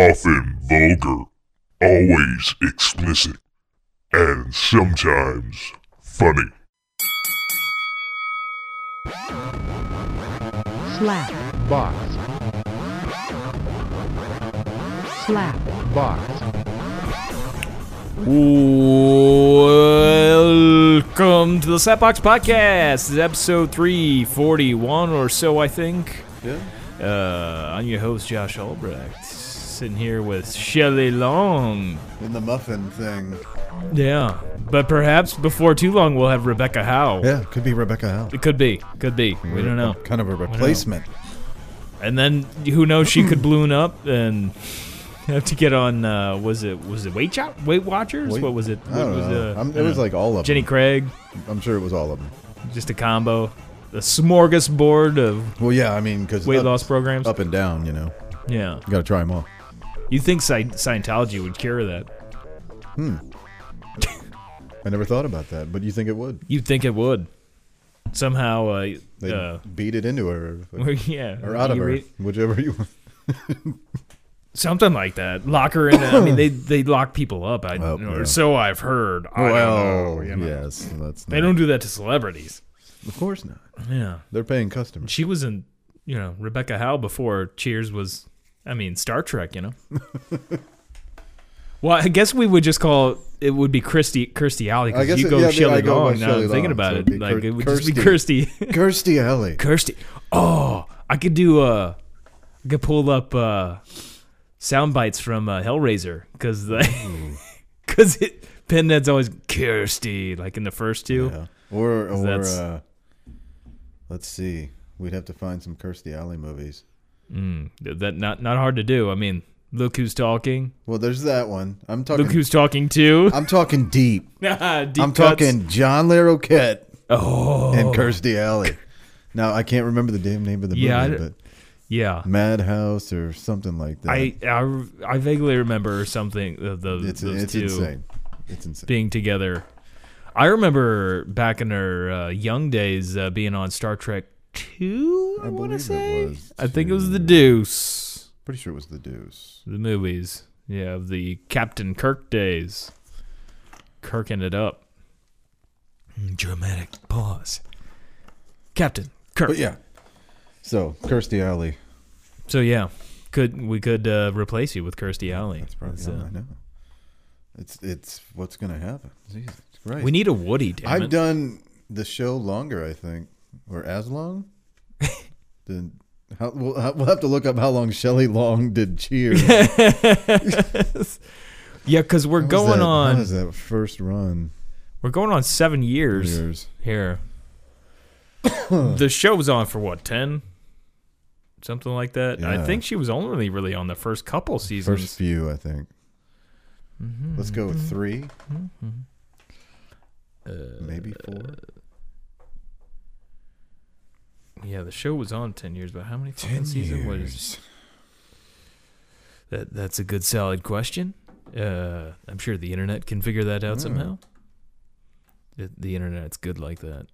often vulgar, always explicit, and sometimes funny. slap box, slap box. Welcome to the Slapbox Podcast. This is episode 341 or so, I think. Yeah. Uh, I'm your host, Josh Albrecht. Sitting here with Shelley Long. In the muffin thing. Yeah. But perhaps before too long, we'll have Rebecca Howe. Yeah, could be Rebecca Howe. It could be. Could be. We don't know. Kind of a replacement. And then who knows? She could balloon up and have to get on. Uh, was it was it Weight, Cho- Weight Watchers? Wait- what was it? I don't what was know. uh, I'm, I it don't was know. like all of Jenny Craig. them. I'm sure it was all of them. just a combo, a smorgasbord of Well, yeah, I mean, because weight up, loss programs. up and down, you know, Yeah, you got to try them all. you think Sci- Scientology would cure that? I never thought about that, but you think it would? You'd think it would. Somehow, uh, They uh, beat it into her yeah, or out of you her, read- whichever you want. something like that. Lock her in. I mean, they they lock people up. I, Up, or yeah. so I've heard. I don't know, you know. yes, that's they don't do that to celebrities. Of course not. Yeah, They're paying customers. she was in you know Rebecca Howe before Cheers was. I mean Star Trek, you know. well, I guess we would just call it would be Christy Kirstie Alley I because guess you it- go yeah, I mean, I Shelley go by Long. Now Shelley I'm thinking Long, about so it, it'd be like Kir- it would just be Kirsty. Kirstie Alley. Kirsty. Oh, I could do. Uh, I could pull up uh, sound bites from uh, Hellraiser because because it Pinhead's always Kirsty like in the first two. Yeah. Or or That's- uh, let's see, we'd have to find some Kirstie Alley movies. That not not hard to do. I mean, look who's talking. Well, there's that one. I'm talking. Look who's talking to. I'm talking deep. Deep I'm cuts. talking John Larroquette Oh, and Kirstie Alley. Now I can't remember the damn name of the Yeah, I movie, d- but yeah. Madhouse or something like that. I, I I vaguely remember something of the it's those it's two insane. It's insane. being together. I remember back in her uh, young days uh, being on Star Trek Two. I, I want to believe it say. was I think it was the Deuce. Pretty sure it was The Deuce. The movies, yeah, of the Captain Kirk days. Kirking it up. Mm, Dramatic pause. Captain Kirk. But yeah. So Kirstie Alley. So yeah, could we could uh, replace you with Kirstie Alley? That's probably So- I know. It's it's what's gonna happen. Jesus Christ. We need a Woody. Damn I've it. done the show longer, I think, or as long. than how, we'll, we'll have to look up how long Shelley Long did Cheers. Yeah, because we're How was going that- on. How was that first run? We're going on seven years Years. here. the show was on for what ten, something like that. I Yeah. think she was only really on the first couple seasons. Mm-hmm. First few, I think. Let's go with three. Uh, Maybe four. Yeah, the show was on ten years, but how many fucking season was? That that's a good solid question. Uh, I'm sure the internet can figure that out somehow. The, the internet's good like that.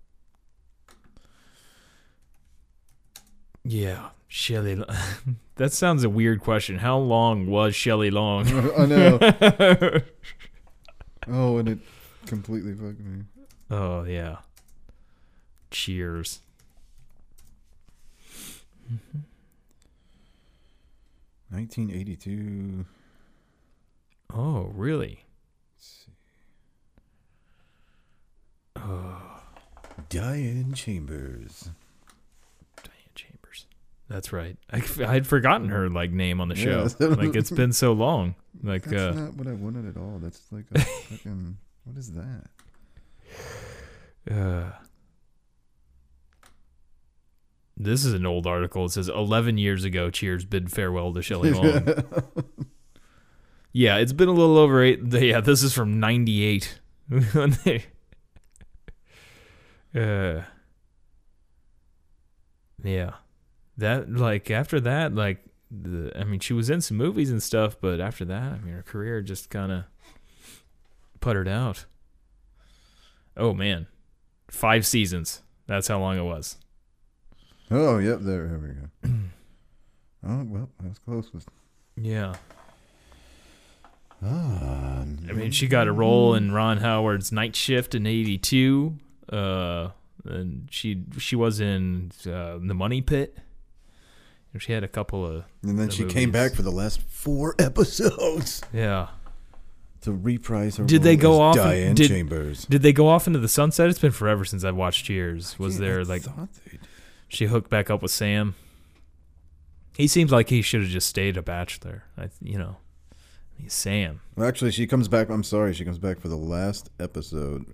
Yeah, Shelley. Lo- that sounds a weird question. How long was Shelley Long? I know. Oh, and it completely fucked me. oh yeah. Cheers. Nineteen eighty-two. Oh really? Diane Chambers. Diane Chambers. That's right. I, I had forgotten her like name on the show. Yeah. like it's been so long. Like That's uh, not what I wanted at all. That's like a fucking. What is that? uh, this is an old article. It says eleven years ago. Cheers. Bid farewell to Shelley Long. yeah, it's been a little over eight. Yeah, this is from ninety eight. uh, yeah, that like after that like. The, I mean, she was in some movies and stuff, but after that, I mean, her career just kind of puttered out. Oh man, five seasons. That's how long it was. Oh, yep. There, there we go. oh well, that was close. Yeah. Ah, I mean, she got a role in Ron Howard's Night Shift in '82. Uh, and she she was in uh, The Money Pit. And she had a couple of and then the she came movies. back for the last four episodes yeah. to reprise her. Did role they go as off- Diane did- Chambers. Did they go off into the sunset? It's been forever since I've watched Cheers. Was there like thought they she hooked back up with Sam? He seems like he should have just stayed a bachelor. I you know, he's Sam. Well, actually, she comes back. I'm sorry, she comes back for the last episode.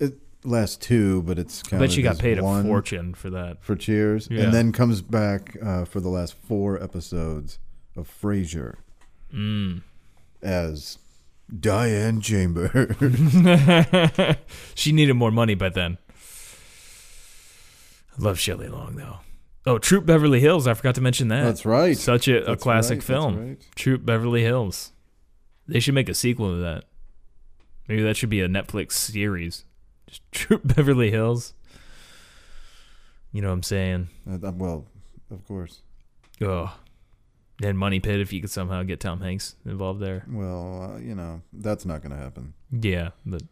It last two, but it's I kind of. bet she got paid one a fortune for that. for Cheers, Yeah. and then comes back uh, for the last four episodes of Frasier Mm. as Diane Chamber. she needed more money by then. I love Shelley Long though. Oh, Troop Beverly Hills. I forgot to mention that. That's right. Such a, a That's classic right, that's film. right. Troop Beverly Hills. They should make a sequel to that. Maybe that should be a Netflix series. Just Troop Beverly Hills. You know what I'm saying? Uh, th- well, of course. Ugh. And Money Pit, if you could somehow get Tom Hanks involved there. Well, uh, you know that's not going to happen. Yeah, but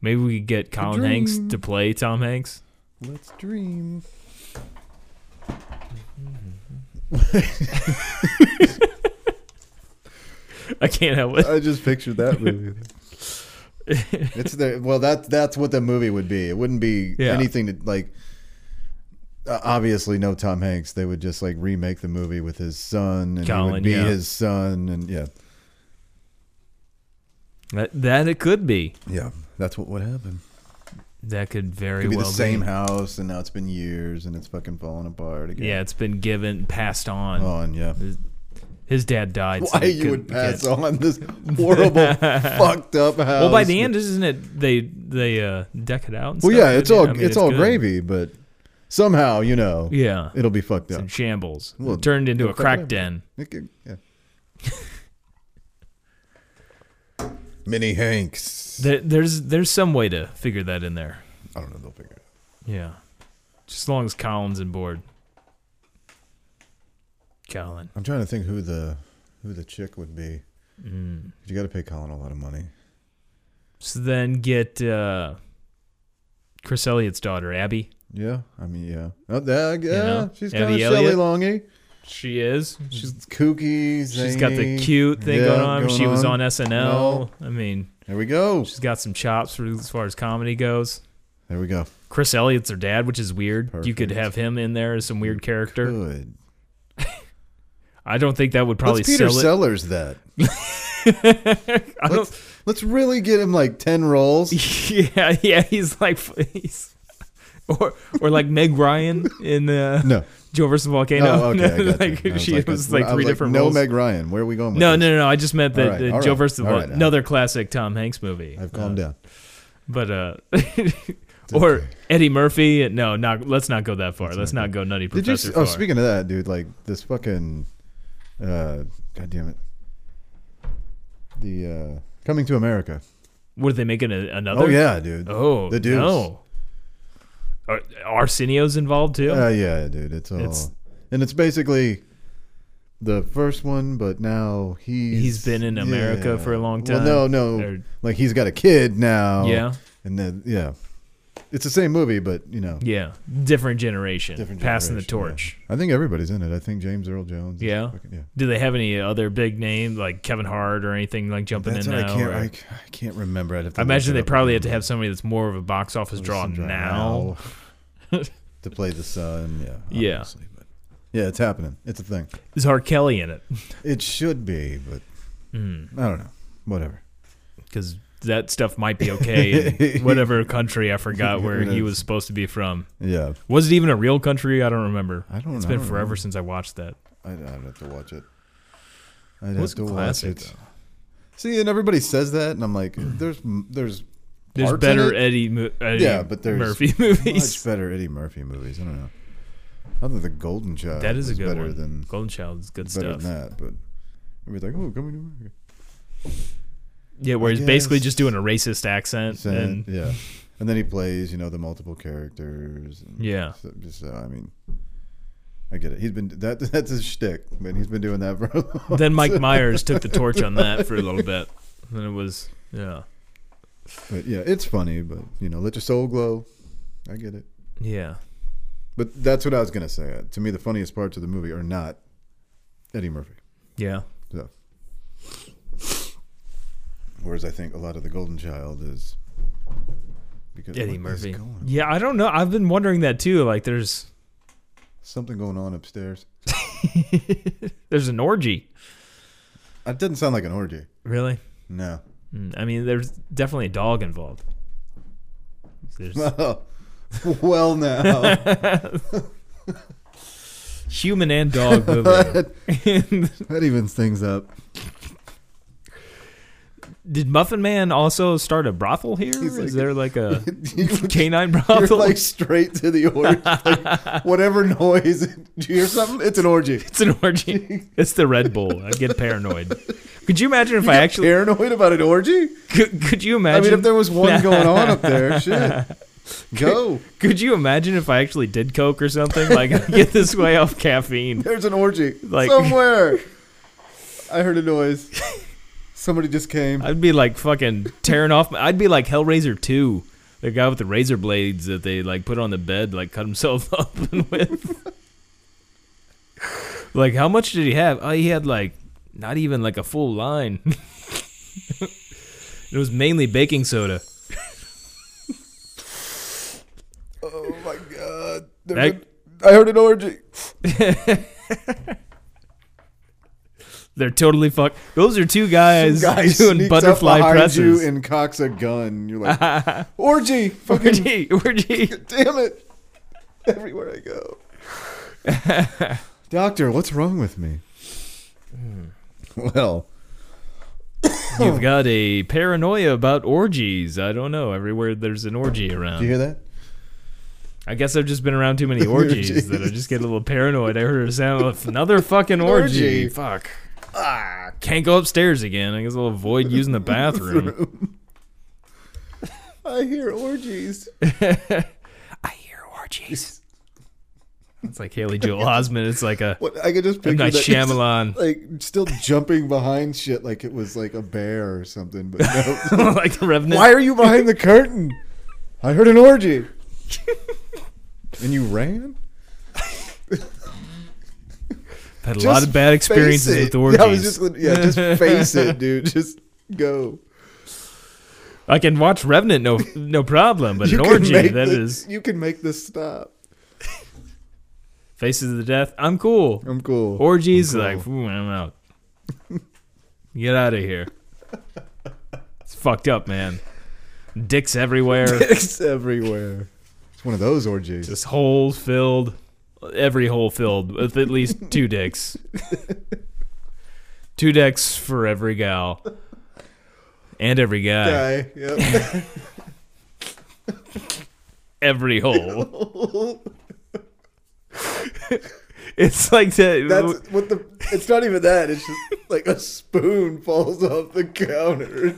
maybe we could get Colin dream. Hanks to play Tom Hanks. Let's dream. I can't help it. I just pictured that movie. it's the well that that's what the movie would be. It wouldn't be Yeah. anything to like. uh, Obviously, no Tom Hanks. They would just like remake the movie with his son, and he Colin, would be yeah. his son, and yeah, That, that it could be. yeah. That's what would happen. That could very It'd be well the same house, and now it's been years, and it's fucking falling apart again. Yeah, it's been given, passed on. on yeah. His dad died. so Oh. Why they you would couldn't get- pass on this horrible, fucked up house? Well, by the end, isn't it they they uh, deck it out? And well, stuff, yeah, it's isn't it? all I mean, it's, all good. gravy, but somehow you know Yeah, it'll be fucked it's up. in shambles. Well, it turned into it'll a crack fuck den. It could- yeah. Minnie Hanks. There, there's there's some way to figure that in there. I don't know. They'll figure it. out. Yeah, just as long as Colin's on board. Colin, I'm trying to think who the who the chick would be. Mm. You got to pay Colin a lot of money. so then get uh, Chris Elliott's daughter, Abby. Yeah, I mean, yeah. Oh, that, yeah, know, she's kind Abby of Shelley Elliott. Longy. She is. She's She's kooky. she's got the zany. cute thing Yeah, going on. going she was on on. SNL. No. I mean, There we go. she's got some chops for as far as comedy goes. There we go. Chris Elliott's their dad, which is weird. You could Perfect. have him in there as some weird character. Good. I don't think that would probably Let's Peter sell it. Sellers that. I don't. Let's, let's really get him like ten rolls. Yeah, yeah. He's like, he's, or or like Meg Ryan in uh, No. Joe versus the Volcano. Oh, okay. I got like you. I she like, was I like three different No, roles. Meg Ryan. Where are we going? With no, this? no, no, no. I just meant All that right, the all Joe right, versus the all Vol- right, all right. another classic Tom Hanks movie. I've calmed down. But uh, or okay. Eddie Murphy. No, not. Let's not go that far. let's not go nutty Did professor. you? s- Oh, far. speaking of that, dude, like this fucking, uh, God damn it, the uh, Coming to America. Were they making a, another? Oh yeah, dude. Oh, the dudes. no. Ar- Arsenio's involved too. Uh, yeah, dude. It's all, Oh, It's- and it's basically the first one, but now he's He's been in America yeah. for a long Well, time. no, no, Or- like he's got a kid now. yeah, and then yeah, it's the same movie, but you know, yeah, different generation, different. passing the generation, yeah. torch. I think everybody's in it. I think James Earl Jones. is Yeah? fucking- yeah. Do they have any other big name like Kevin Hart or anything like jumping That's in what I now? can't. or- I, c- I can't remember. I'd have to I look imagine it they up. probably have to have somebody that's more of a box office draw Listen, now. draw now. to play the sun. Yeah. Yeah. obviously, but- yeah, it's happening. It's a thing. Is R. Kelly in it? It should be, but Hmm. I don't know. Whatever. Because that stuff might be okay in whatever country I forgot where Who he knows? was supposed to be from. Yeah. Was it even a real country? I don't remember. I don't It's know. been forever since I watched that. I'd, I'd have to watch it. I'd It was have to classic, watch it. though. See, and everybody says that, and I'm like, there's m- there's There's parts in better it, Eddie, mo- Eddie Yeah, but there's Murphy movies. much better Eddie Murphy movies. I don't know. I think the Golden Child That is a was good better one. than Golden Child's good better stuff. than that, but everybody's like, oh, coming to America. Yeah, where I he's basically guess. just doing a racist accent Sen- and yeah, and then he plays, you know, the multiple characters. And Yeah. so, so, I mean, I get it. He's been that that's his shtick, man. He's been doing that for. a long- Then Mike Myers took the torch on that for a little bit. And then it was yeah. But yeah, it's funny, but you know, let your soul glow. I get it. Yeah. But that's what I was gonna say. Uh, To me, the funniest parts of the movie are not Eddie Murphy. Yeah. So, whereas I think a lot of the Golden Child is because Eddie what is Murphy. going on? Yeah, I don't know. I've been wondering that too. Like there's Something going on upstairs. there's an orgy. That doesn't sound like an orgy. Really? No. Mm, I mean, there's definitely a dog involved. There's well, now human and dog moving. And that evens things up. Did Muffin Man also start a brothel here? Is He's like- there like a You're canine brothel? like straight to the orgy. Like, whatever noise, do you hear something? It's an orgy. it's an orgy. It's the Red Bull. I get paranoid. Could you imagine if I actually Paranoid about an orgy? could, could you I imagine mean, if there was one going on up there, shit, go. could you imagine if I actually did coke or something like I get this way off caffeine? There's an orgy Like- somewhere. I heard a noise. Somebody just came. I'd be like fucking tearing off my, I'd be like Hellraiser 2. The guy with the razor blades that they like put on the bed like cut himself open with. like how much did he have? Oh, he had like not even like a full line. it was mainly baking soda. Oh my god! There's That- a- I heard an orgy. They're totally fucked. Those are two guys, Some guy doing sneaks butterfly up behind presses. you and cocks a gun. You're like orgy. Fucking Orgy, orgy. damn it! Everywhere I go. Doctor, what's wrong with me? Hmm. Well, You've got a paranoia about orgies. I don't know. Everywhere there's an orgy around. do you hear that? I guess I've just been around too many orgies, Orgies. that I just get a little paranoid. I heard a sound of another fucking orgy. orgy. Fuck. Ah, can't go upstairs again. I guess I'll avoid using the bathroom. I hear orgies. I hear orgies. It's like Haley Joel Osment. It's like a What I could just picture M. Night that- Shyamalan. like still jumping behind shit like it was like a bear or something. But no. like the Revenant. why are you behind the curtain? I heard an orgy. and you ran. Had a lot Just of bad face experiences it. with orgies. I was just gonna- yeah, just face it, dude. Just go. I can watch Revenant, no, no problem. But You an can orgy, make that thi- is You can make this stop. faces of the death. I'm cool. I'm cool. Orgies, I'm cool. like "Ooh, I'm out. Get out of here. It's fucked up, man. Dicks everywhere. Dicks everywhere. It's one of those orgies. Just holes filled. Every hole filled with at least two dicks. two dicks for every gal. And every guy. guy. Yep. Every hole. it's like that. That's what the. It's not even that. It's just like a spoon falls off the counter.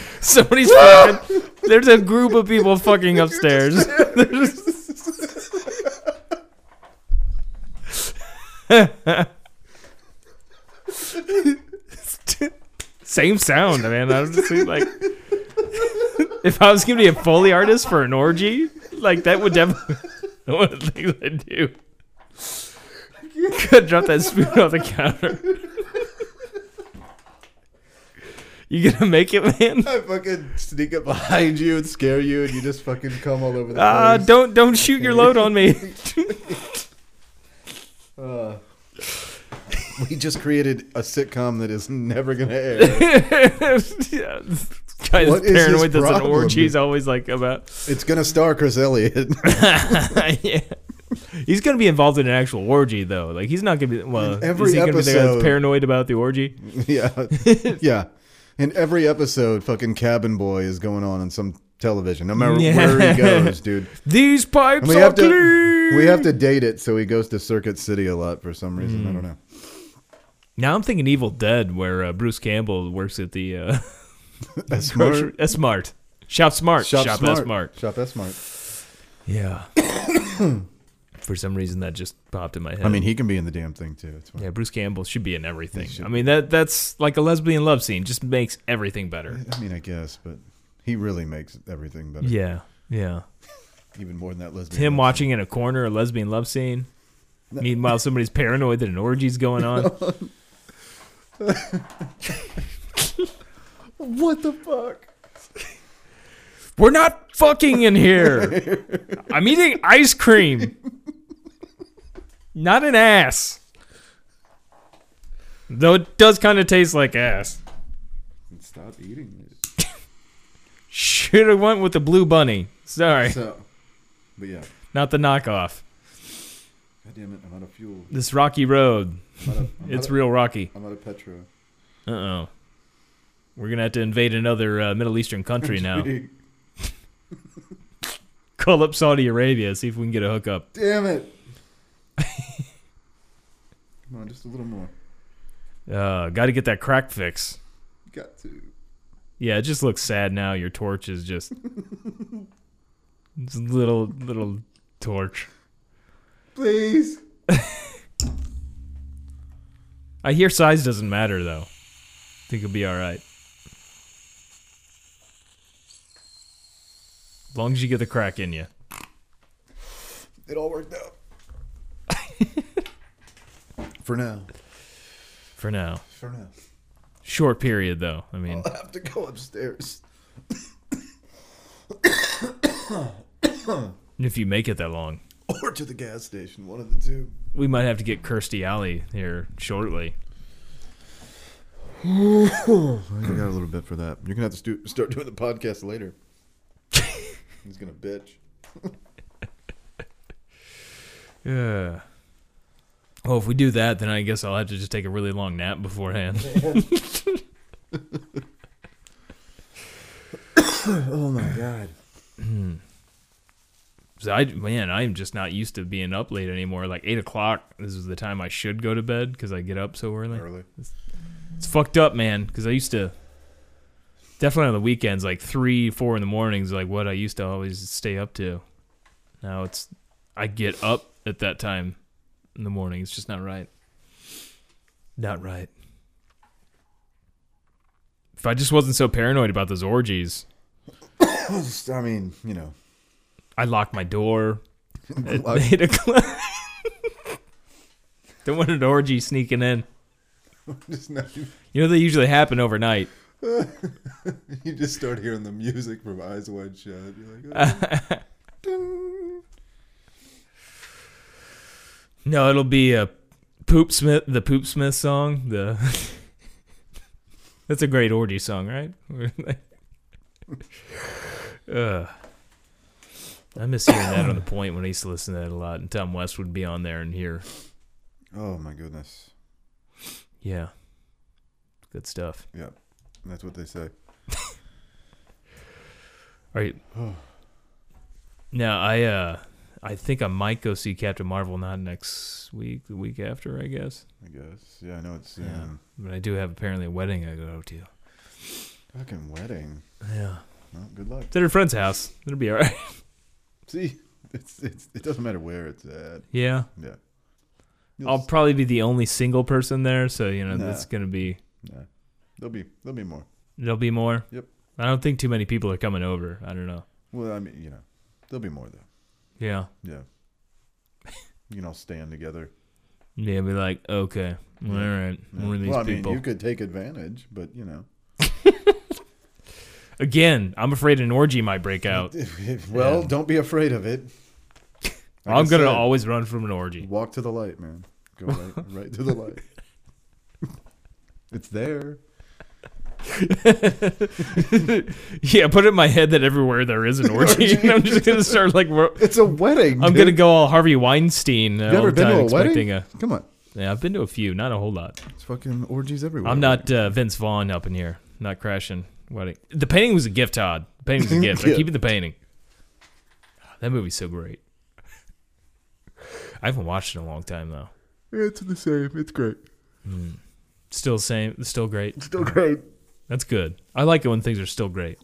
Somebody's fucking. There's a group of people fucking upstairs. Same sound, man. I was just thinking, like, if I was gonna be a foley artist for an orgy, like that would definitely one of the things I do. Could drop that spoon off the counter. You gonna make it, man? I fucking sneak up behind you and scare you, and you just fucking come all over the Ah, place. don't don't shoot your load on me. Uh, we just created a sitcom that is never gonna air. Yeah. Guy's What is his paranoid that's an problem? orgy. He's always like about. it's gonna star Chris Elliott. yeah. He's gonna be involved in an actual orgy though. Like he's not gonna be. Well, In every is he gonna be there that's episode- paranoid about the orgy? yeah, yeah. In every episode, fucking Cabin Boy is going on on some television. No matter Yeah. where he goes, dude. These pipes And we are have to clean. we have to date it, so he goes to Circuit City a lot for some reason. Mm. I don't know. Now I'm thinking Evil Dead, where uh, Bruce Campbell works at the uh, That's grocery. Smart. smart. Shop smart. Shop, Shop, S smart. smart. Shop S smart. Yeah. For some reason, that just popped in my head. I mean, he can be in the damn thing too. It's fine. yeah, Bruce Campbell should be in everything. He should I mean, that that's like a lesbian love scene. Just makes everything better. I mean, I guess, but he really makes everything better. Yeah, yeah. Even more than that lesbian. Him love watching in a corner a lesbian love scene. No. Meanwhile, somebody's paranoid that an orgy's going on. scene. What the fuck? We're not fucking in here. I'm eating ice cream. Not an ass. Though it does kind of taste like ass. Stop eating it. Should have went with the blue bunny. Sorry, So, but yeah, not the knockoff. god damn it, I'm out of fuel. This rocky road. I'm out of, I'm It's out of- real rocky. I'm out of petrol. Uh oh. We're gonna have to invade another uh, Middle Eastern country now. Call up Saudi Arabia. See if we can get a hookup. Damn it. Come on, just a little more. Uh, Got to get that crack fix. Got to. Yeah, it just looks sad now. Your torch is just it's a little little torch. Please. I hear size doesn't matter though. think it'll be all right. As long as you get the crack in you. It all worked out. For now. For now. For now. Short period though. I mean, I'll have to go upstairs. if you make it that long, Or to the gas station, one of the two. we might have to get Kirsty Alley here shortly. I got a little bit for that. You're gonna have to stu- start doing the podcast later. He's gonna bitch. Yeah. Well, if we do that, then I guess I'll have to just take a really long nap beforehand. Oh my god. So I man, I'm just not used to being up late anymore. Like eight o'clock, this is the time I should go to bed because I get up so early. Early. It's fucked up, man. Because I used to definitely on the weekends, like three, four in the mornings, like what I used to always stay up to. Now it's I get up at that time in the morning. It's just not right. Not right. If I just wasn't so paranoid about those orgies, Just, I mean, you know. I lock my door. at Lock- eight o'clock. Don't want an orgy sneaking in. Just now you, You know they usually happen overnight. you just start hearing the music from Eyes Wide Shut. You're like, oh. No, it'll be a Poop Smith, the Poop Smith song. The that's a great orgy song, right? Ugh. I miss hearing that on the point when I used to listen to that a lot, and Tom West would be on there and hear, oh my goodness. yeah, good stuff. Yeah, that's what they say. All right. Now I uh I think I might go see Captain Marvel not next week, the week after, I guess. I guess. Yeah, I know it's Yeah. um, But I do have apparently a wedding I go to. fucking wedding. Yeah. Well, good luck. It's at her friend's house. It'll be all right. See, it's, it's it doesn't matter where it's at. yeah. Yeah. You'll I'll s- probably be the only single person there, so you know Nah. that's gonna be nah. There'll be there'll be more. there'll be more. Yep. I don't think too many people are coming over. I don't know. Well, I mean, you know, there'll be more though. Yeah. Yeah. you can all stand together. Yeah, be like, okay. All right. Yeah. One of these well, I people. mean, you could take advantage, but you know. Again, I'm afraid an orgy might break out. well, Yeah. don't be afraid of it. Like I I'm gonna said, always run from an orgy. walk to the light, man. Go right, right to the light. It's there. Yeah, put it in my head that everywhere there is an orgy, and I'm just gonna start like ro- It's a wedding. I'm dude. gonna go all Harvey Weinstein. Uh, You ever all the been time to a expecting wedding? Come on. A, yeah, I've been to a few, not a whole lot. It's fucking orgies everywhere. I'm not uh, Vince Vaughn up in here, not crashing wedding. The painting was a gift, Todd. The painting was a gift. Yeah. I'm keeping the painting. Ah, That movie's so great. I haven't watched it in a long time though. It's the same. It's great. Still same, still great. Still great. That's good. I like it when things are still great.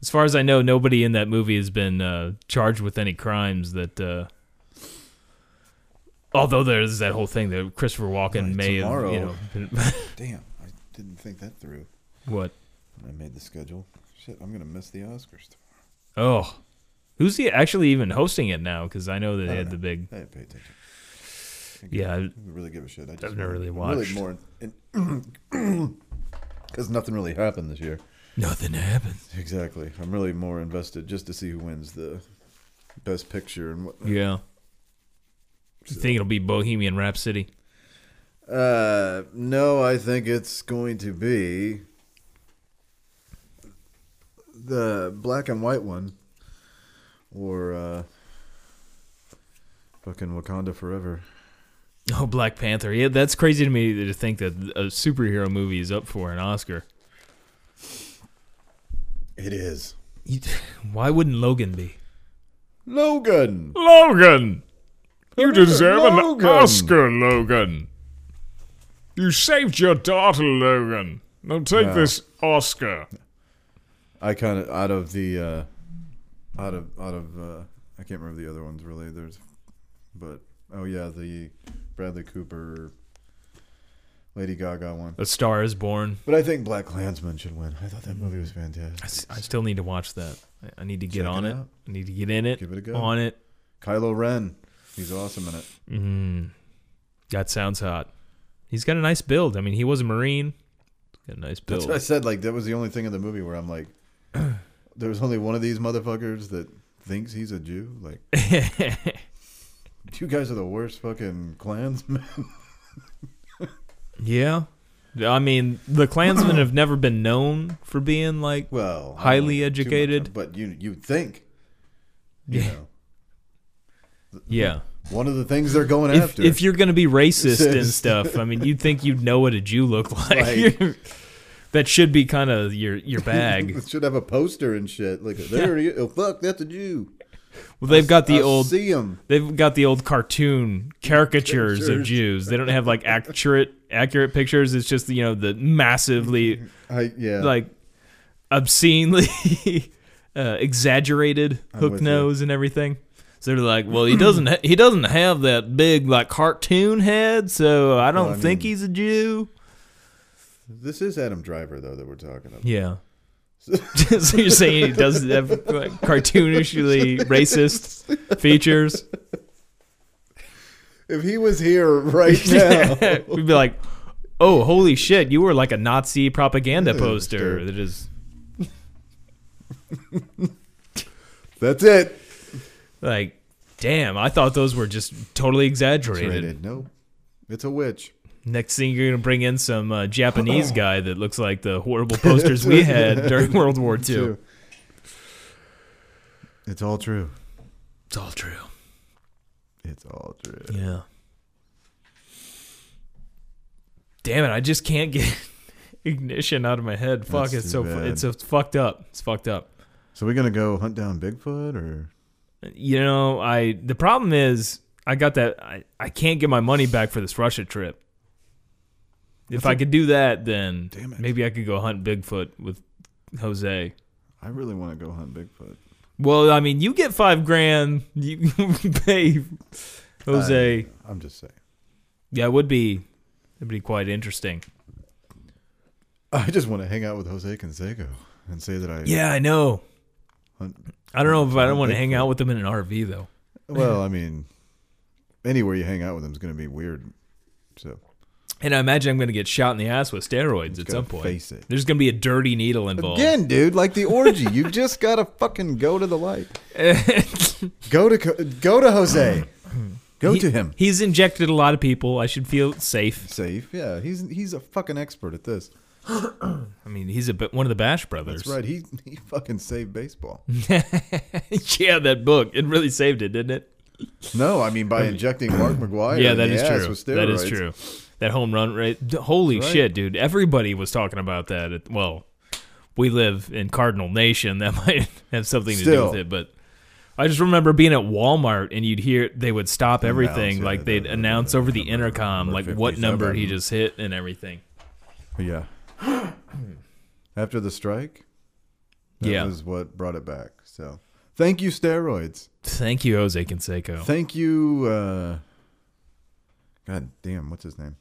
As far as I know, nobody in that movie has been uh, charged with any crimes that uh, Although there's that whole thing that Christopher Walken Right, may have, you tomorrow. know, been- Damn, I didn't think that through. what? when I made the schedule. Shit, I'm gonna miss the Oscars. Oh, who's he actually even hosting it now? Because I know that they I had don't the big. I didn't pay attention. I Yeah, I- didn't really give a shit. I just never really I'm watched. Really more because nothing really happened this year. Nothing happens. Exactly. I'm really more invested just to see who wins the best picture and what. Yeah. You think it'll be Bohemian Rhapsody? Uh, no, I think it's going to be the black and white one, or uh, fucking Wakanda Forever. Oh, Black Panther. Yeah, that's crazy to me to think that a superhero movie is up for an Oscar. It is You- Why wouldn't Logan be? Logan. Logan! You deserve Logan! Logan. You saved your daughter, Logan. Now take Yeah. Oscar. I kind of out of the uh, out of out of uh, I can't remember the other ones really. There's, but oh yeah, the Bradley Cooper, Lady Gaga one. A Star is Born. But I think Black Klansman should win. I thought that movie was fantastic. I, s- I still need to watch that. I- I need to get Check on it it. out. I need to get in it. Give it a go. On it. Kylo Ren, he's awesome in it. Mm. That sounds hot. He's got a nice build. I mean, he was a Marine. Got a nice That's build. what I said. Like that was the only thing in the movie where I'm like, there was only one of these motherfuckers that thinks he's a Jew. Like you guys are the worst fucking Klansmen. yeah. I mean, the Klansmen have never been known for being like. Well, I Highly don't know too much, educated. but you you think, you Yeah. know. Yeah. One of the things they're going If, after. if you're going to be racist and Says- stuff, I mean, you'd think you'd know what a Jew looked like. Right. that should be kind of your, your bag. it should have a poster and shit. Like there he is. Oh fuck, that's a Jew. Well, they've got the I old. see him. They've got the old cartoon caricatures, of Caricatures. Jews. They don't have like accurate accurate pictures. It's just you know the massively I yeah. like obscenely uh, exaggerated hook with you. nose and everything. So they're like, well, he doesn't ha- he doesn't have that big like cartoon head, so I don't I think mean- he's a Jew. this is Adam Driver though that we're talking about. Yeah. so you're saying he does have like, cartoonishly racist features? If he was here right now, We'd be like, "Oh, holy shit! You were like a Nazi propaganda poster." sure. That is that's it. like, damn! I thought those were just totally exaggerated. Rated. No, it's a witch. Next thing you're gonna bring in some uh, Japanese Oh. guy that looks like the horrible posters we had during World War II. True. It's all true. It's all true. It's all true. Yeah. Damn it! I just can't get ignition out of my head. Fuck! That's it's so too fu- bad. it's so fucked up. It's fucked up. So we're gonna go hunt down Bigfoot, or you know i the problem is i got that i, I can't get my money back for this russia trip if i could do that then Damn it. maybe i could go hunt bigfoot with jose I really want to go hunt Bigfoot. well i mean you get five grand you pay jose I'm just saying. yeah it would be it'd be quite interesting I just want to hang out with Jose Canseco and say that I yeah i know hunt i don't know if i don't want to hang out with them in an rv though Well, I mean, anywhere you hang out with them is going to be weird. So and i imagine i'm going to get shot in the ass with steroids at gotta some point face it. there's going to be a dirty needle involved again, dude, like the orgy, you just got to fucking go to the light. Go to Co- go to Jose. Go He- to him. He's injected a lot of people. I should feel safe. Safe. Yeah, he's he's a fucking expert at this. I mean, he's a bit- one of the Bash brothers. That's right. He he fucking saved baseball. right. yeah, that book. It really saved it, didn't it? No, I mean by injecting Mark McGuire. yeah, in that the is ass true. with That is steroids. true. That home run rate. d- Holy That's right. shit, dude. Everybody was talking about that. At, well, we live in Cardinal Nation. That might have something to do Still. with it, but. I just remember being at Walmart and you'd hear they would stop everything, yeah, like the- they'd the- announce over the intercom, like what 57. number he just hit and everything. Yeah. After the strike, that Yeah. was what brought it back. So thank you steroids. Thank you, Jose Canseco. Thank you, uh, God damn, what's his name?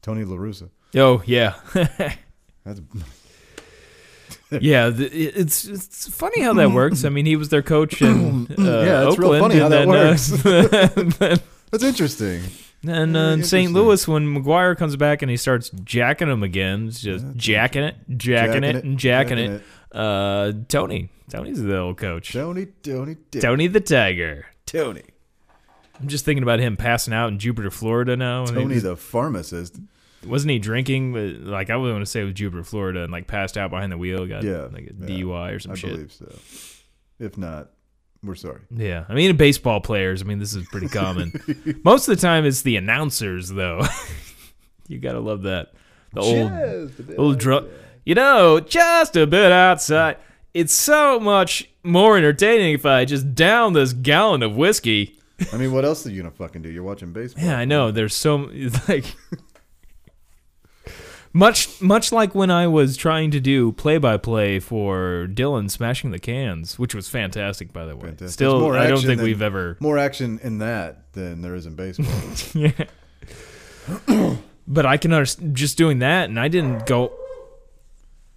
Tony LaRussa. Oh yeah, That's yeah. th- it- It's it's funny how that works. I mean, he was their coach in uh, Yeah, it's real Oakland, funny how and that then, uh, that's interesting. and uh, Very in St. interesting. Louis when McGuire comes back and he starts jacking him again, it's just Yeah. jacking it, jacking, it, and jacking, it. Uh, Tony, Tony's the old coach. Tony, Tony, Tony, Tony the Tiger. Tony, I'm just thinking about him passing out in Jupiter, Florida now. and he Tony, was- the pharmacist. wasn't he drinking? uh, Like I would want to say with Jupiter, Florida, and like passed out behind the wheel, got Yeah, like a yeah. DUI or some I shit. believe so. If not, we're sorry. Yeah, I mean baseball players. I mean this is pretty common. Most of the time, it's the announcers though. you gotta love that. The old old drum. You know, just a bit outside. It's so much more entertaining if I just down this gallon of whiskey. I mean, what else are you gonna fucking do? You're watching baseball. Yeah, I know. There's so it's like much much like when I was trying to do play by play for Dylan smashing the cans, which was fantastic by the way. Fantastic. There's Still, more I don't action think than- we've ever. More action in that than there is in baseball. Yeah. but I can understand just doing that, and I didn't go.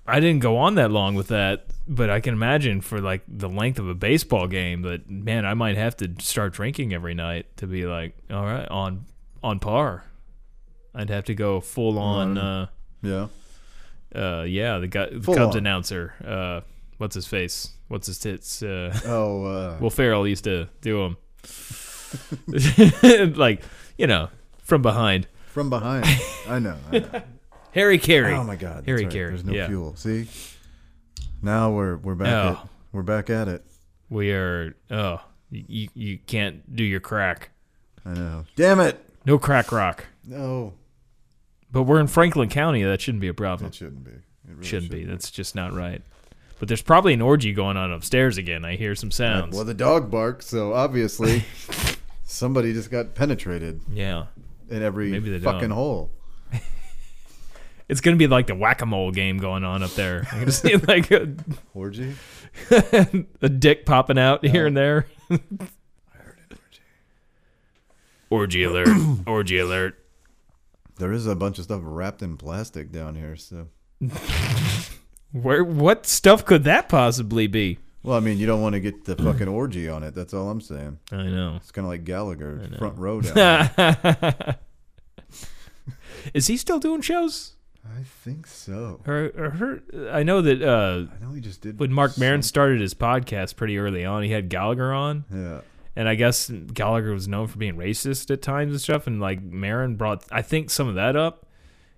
I didn't go on that long with that, but I can imagine for like the length of a baseball game that man, I might have to start drinking every night to be like, all right, on on par. I'd have to go full on. Uh, yeah. uh, yeah, the guy, the Full Cubs on. announcer. Uh, what's his face? What's his tits? Uh, Oh, uh, Will Ferrell used to do them, like you know, from behind. from behind. I know. I know. Harry Carey. Oh my God. that's Harry right. Carey. There's no yeah. fuel. See. Now we're we're back. Oh. At, we're back at it. We are. Oh, you you can't do your crack. I know. Damn it. No crack rock. No, But we're in Franklin County. That shouldn't be a problem. it shouldn't be. It really shouldn't be. That's just not right. But there's probably an orgy going on upstairs again. I hear some sounds. Well, the dog barked, so obviously somebody just got penetrated yeah. in every Maybe they fucking don't. hole. It's gonna be like the whack a mole game going on up there. I'm gonna see like a, Orgy? a dick popping out here and there. orgy alert! orgy alert! There is a bunch of stuff wrapped in plastic down here, so. Where? What stuff could that possibly be? Well, I mean, you don't want to get the fucking orgy on it. That's all I'm saying. I know. It's kind of like Gallagher, front row down there. Is he still doing shows? I think so. Or, or her, I know that uh, I know he just did. when Mark some- Maron started his podcast pretty early on, he had Gallagher on, Yeah. and I guess Gallagher was known for being racist at times and stuff. And like Maron brought, I think some of that up.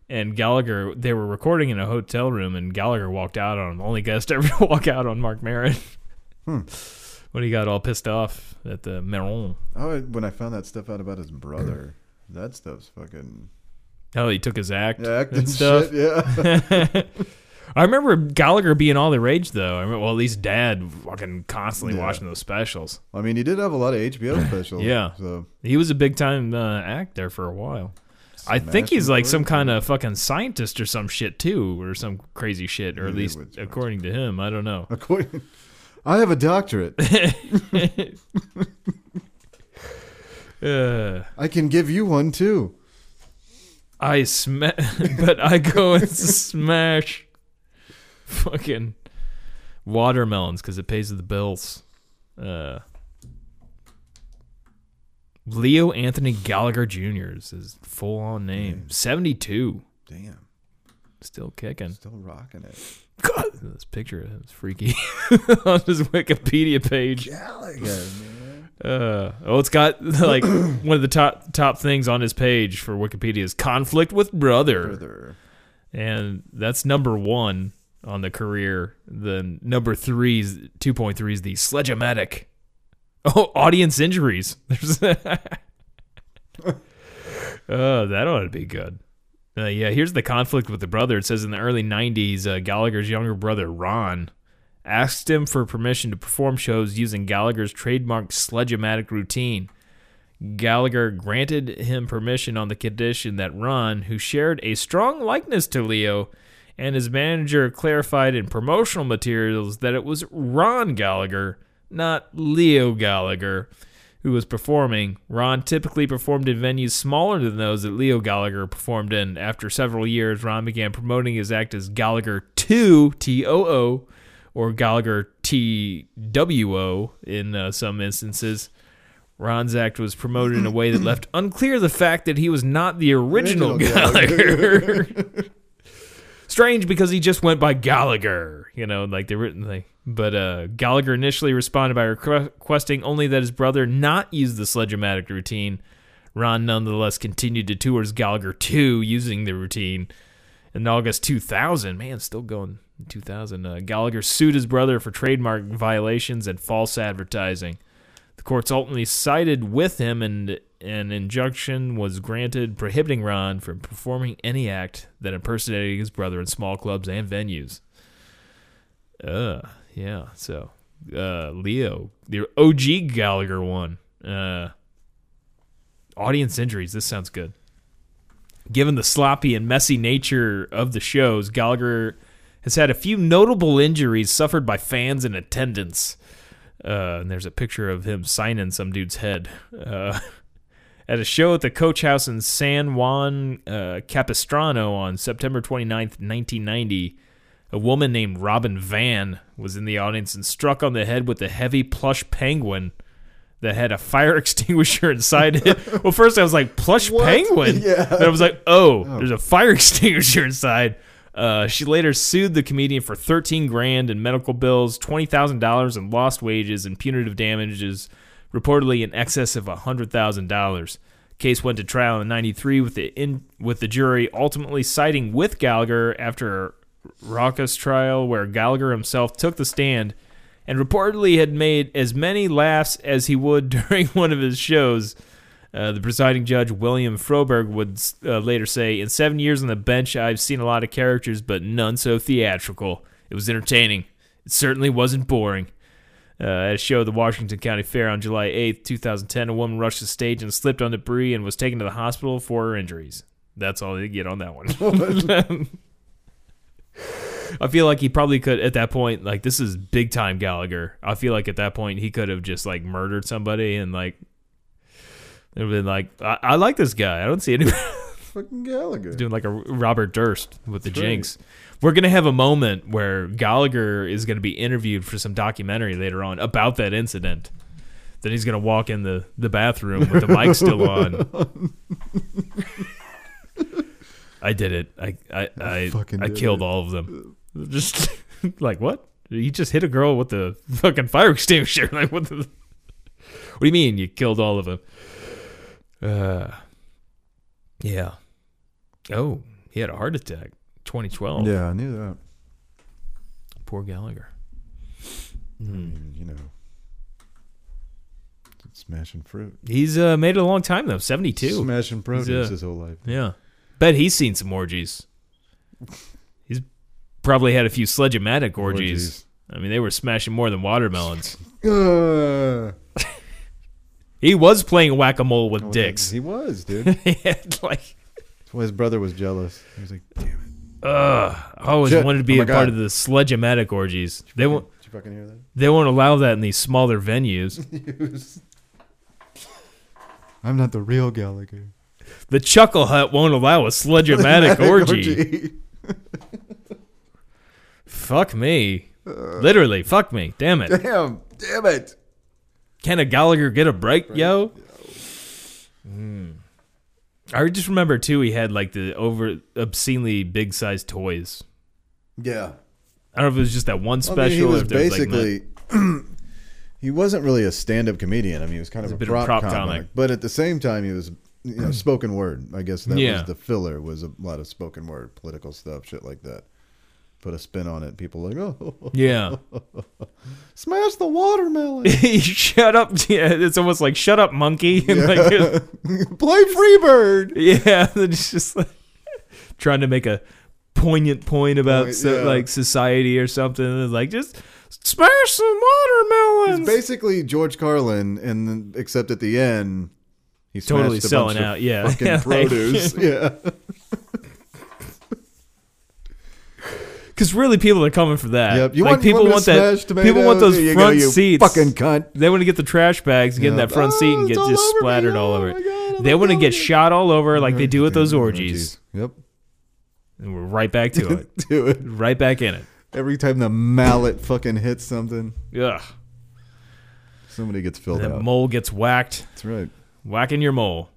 And Gallagher, they were recording in a hotel room, and Gallagher walked out on him. Only guest to ever to walk out on Mark Maron. When he got all pissed off at the Maron. Oh, when I found that stuff out about his brother, that stuff's fucking. Oh, he took his act Yeah, acting and stuff. shit. Yeah. I remember Gallagher being all the rage though. I remember, well, at least Dad fucking constantly Yeah. watching those specials. I mean, he did have a lot of HBO specials. Yeah. So He was a big time uh, actor for a while. I think Smashing he's like Pumpkins. some kind of fucking scientist or some shit too, or some crazy shit, or at Maybe least with- according to him. I don't know. According, I have a doctorate. Uh, I can give you one too. I smash, but I go and smash fucking watermelons because it pays the bills. Uh, Leo Anthony Gallagher Jr. is his full on name. 72. Damn, Still kicking. still rocking it. This picture is freaky on his Wikipedia page. Gallagher, man. Uh, oh, it's got like one of the top top things on his page for Wikipedia is conflict with brother. Further. and that's number one on the career. Then number three is two point three is the sledge-o-matic. Oh, audience injuries. There's oh, that ought to be good. Uh, yeah, here's the conflict with the brother. It says in the early '90s, uh, Gallagher's younger brother Ron asked him for permission to perform shows using Gallagher's trademark sledge-o-matic routine. Gallagher granted him permission on the condition that Ron, who shared a strong likeness to Leo, and his manager clarified in promotional materials that it was Ron Gallagher, not Leo Gallagher, who was performing. Ron typically performed in venues smaller than those that Leo Gallagher performed in. After several years, Ron began promoting his act as Gallagher 2, T O O, or Gallagher T W O in uh, some instances. Ron's act was promoted in a way that left unclear the fact that he was not the original, Original Gallagher. Strange because he just went by Gallagher, you know, like the written thing. But uh, Gallagher initially responded by requ- requesting only that his brother not use the sledge-o-matic routine. Ron nonetheless continued to tour as Gallagher 2 using the routine. In August 2000, man, still going in 2000, uh, Gallagher sued his brother for trademark violations and false advertising. The courts ultimately sided with him, and an injunction was granted prohibiting Ron from performing any act that impersonated his brother in small clubs and venues. Uh, yeah. So, uh, Leo, the OG Gallagher one. Uh, audience injuries. This sounds good. Given the sloppy and messy nature of the shows, Gallagher has had a few notable injuries suffered by fans and attendance. Uh, and there's a picture of him signing some dude's head. Uh, at a show at the Coach House in San Juan uh, Capistrano on September 29th, 1990, a woman named Robin Van was in the audience and struck on the head with a heavy plush penguin that had a fire extinguisher inside it. well, first I was like, plush penguin? Yeah. Then I was like, oh, there's a fire extinguisher inside. Uh, she later sued the comedian for 13 grand in medical bills, $20,000 in lost wages, and punitive damages, reportedly in excess of $100,000. Case went to trial in '93 with the in, with the jury ultimately siding with Gallagher after a raucous trial where Gallagher himself took the stand and reportedly had made as many laughs as he would during one of his shows. Uh, the presiding judge, William Froberg, would uh, later say, In seven years on the bench, I've seen a lot of characters, but none so theatrical. It was entertaining. It certainly wasn't boring. Uh, at a show at the Washington County Fair on July 8th, 2010, a woman rushed the stage and slipped on debris and was taken to the hospital for her injuries. That's all they get on that one. I feel like he probably could at that point, like this is big time Gallagher. I feel like at that point he could have just like murdered somebody and like it would have been like, I, I like this guy. I don't see anybody Fucking Gallagher. doing like a Robert Durst with the That's right. Jinx. We're gonna have a moment where Gallagher is gonna be interviewed for some documentary later on about that incident. Then he's gonna walk in the, the bathroom with the mic still on. I did it. I I I, fucking I, did killed it. all of them. Just like what? You just hit a girl with the fucking fire extinguisher. Like what? The, what do you mean you killed all of them? Uh, yeah. Oh, he had a heart attack. 2012. Yeah, I knew that. Poor Gallagher. Hmm. I mean, you know, smashing fruit. He's uh, made it a long time though. 72. Smashing produce uh, his whole life. yeah. Bet he's seen some orgies. He's probably had a few sledge-o-matic orgies. Orgies. I mean, they were smashing more than watermelons. Uh, He was playing whack-a-mole with dicks. He was, dude. That's And, like, why his brother was jealous. He was like, damn it. ugh, I always Shit. wanted to Oh be my a part God. of the sledge-o-matic orgies. They won't. Did you fucking hear that? They won't allow that in these smaller venues. I'm not the real Gallagher. The Chuckle Hut won't allow a sledge-o-matic orgy. Fuck me. Uh. Literally, fuck me. Damn it. Damn. Damn it. Can a Gallagher get a break, yo? Mm. I just remember too. He had like the over obscenely big sized toys. Yeah. I don't know if it was just that one Well, special. I mean, he or was if there was, like, basically. he wasn't really a stand-up comedian. I mean, he was kind of a a, bit of prop, prop comic, comic. but at the same time, he was you know spoken word. I guess that Yeah. was the filler. Was a lot of spoken word, political stuff, shit like that. Put a spin on it. People like, oh, yeah. smash the watermelon, shut up! Yeah, it's almost like shut up, monkey. And, like, play Freebird. yeah, it's just like trying to make a poignant point about Point, so, yeah. like society or something. and, like just smash some watermelons. It's basically George Carlin, and then- except at the end, he's Totally selling out, yeah. Uh, fucking Like- produce, yeah. Because really, people are coming for that. Yep. You like want people you want, want, me to that. smash tomatoes? People want those Here you go, front you seats. Fucking cunt. They want to get the trash bags and get in Yeah. that front Oh, seat and get it's all just over me. splattered all Oh over. my it. God, I'm they want to all get over it. shot all over like they do at those orgies. Yep. And we're right back to it. Do it. right back in it. Every time the mallet fucking hits something, Ugh. somebody gets filled That out. mole gets whacked. That's right. Whacking your mole.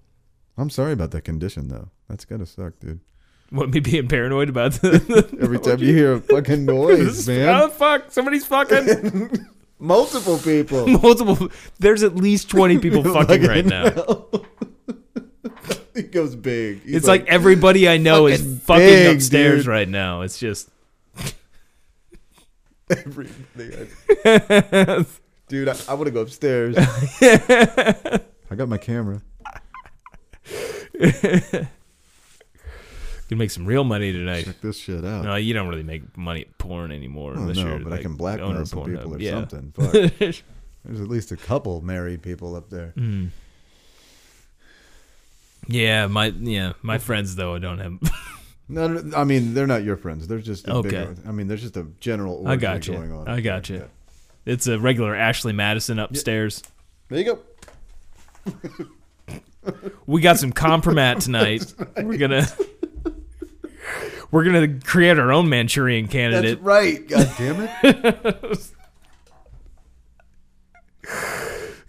I'm sorry about that condition though. That's gotta suck, dude. What, me being paranoid about the. Every time you hear a fucking noise, Oh, man. fuck. Somebody's fucking. Multiple people. Multiple. There's at least 20 people fucking right now. He goes big. He's It's like, everybody I know is fucking fucking big, upstairs dude. right now. It's just everything. Dude, I, I want to go upstairs. I got my camera. you can make some real money tonight. Check this shit out. No, you don't really make money at porn anymore. I unless don't know, you're, but I like, can blackmail owner some porn people hub. or yeah. something. Fuck. There's at least a couple married people up there. Yeah, my yeah, my friends though don't have. No, no, I mean they're not your friends. They're just a Okay. Bigger, I mean there's just a general. Orgy I got you. Going on I up got there. you. It's a regular Ashley Madison upstairs. There you go. We got some compromat tonight. We're gonna we're gonna create our own Manchurian That's candidate. right. God damn it.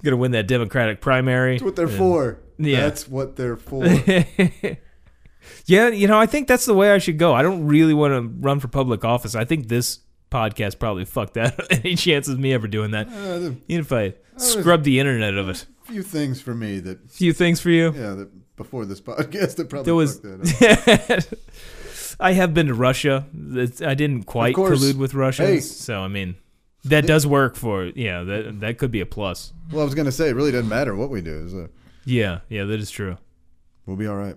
Gonna win that Democratic primary. That's what they're for. Yeah. That's what they're for. Uh, Yeah, you know, I think that's the way I should go. I don't really want to run for public office. I think this podcast probably fucked that. up. Any chances of me ever doing that? Uh, there are Even if I scrub the internet of it. a few things for me that Few things for you. yeah that before this podcast that probably There was- fucked that up. I have been to Russia. It's- I didn't quite course. collude with Russians, Hey. so I mean, that does work for yeah. That that could be a plus. Well, I was gonna say it really doesn't matter what we do. So Yeah, yeah, that is true. we'll be all right.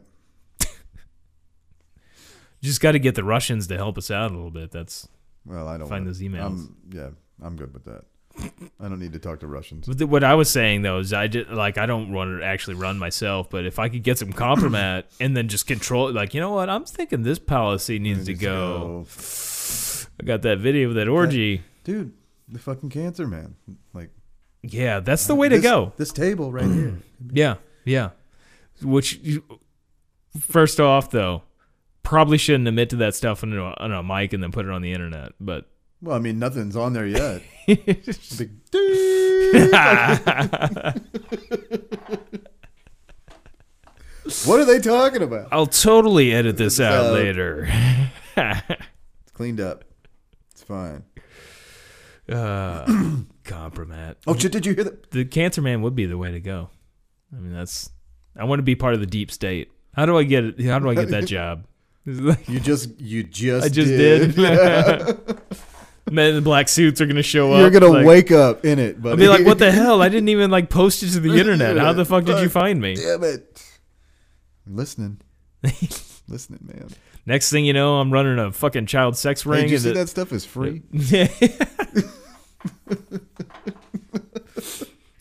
Just got to get the Russians to help us out a little bit. That's Well, I don't Find wanna- those emails. I'm, yeah, I'm good with that. I don't need to talk to Russians. But th- what I was saying though is I did like I don't want to actually run myself, but if I could get some compromat and then just control it, like you know what I'm thinking this policy needs to Just go. go, I got that video of that orgy. dude. The fucking cancer man. Like Yeah, that's the way to this- go. This table right here. Yeah, yeah. Which, you- first off, though, probably shouldn't admit to that stuff on a, on a mic and then put it on the internet. But Well, I mean, nothing's on there yet. Big ding. what are they talking about? I'll totally edit this out Uh, later. It's cleaned up. It's fine. Uh, compromat. Oh shit! Did you hear that? The cancer man would be the way to go. I mean, that's. I want to be part of the deep state. How do I get it? How do I get that job? It's like, You just you just I just did. Men in black suits are gonna show up. You're gonna like, wake up in it, but I'll be like, what the hell? I didn't even like post it to the internet. How the fuck did you find me? Damn it! I'm listening, listening, man. Next thing you know, I'm running a fucking child sex ring. hey, did you and see it- that stuff is free?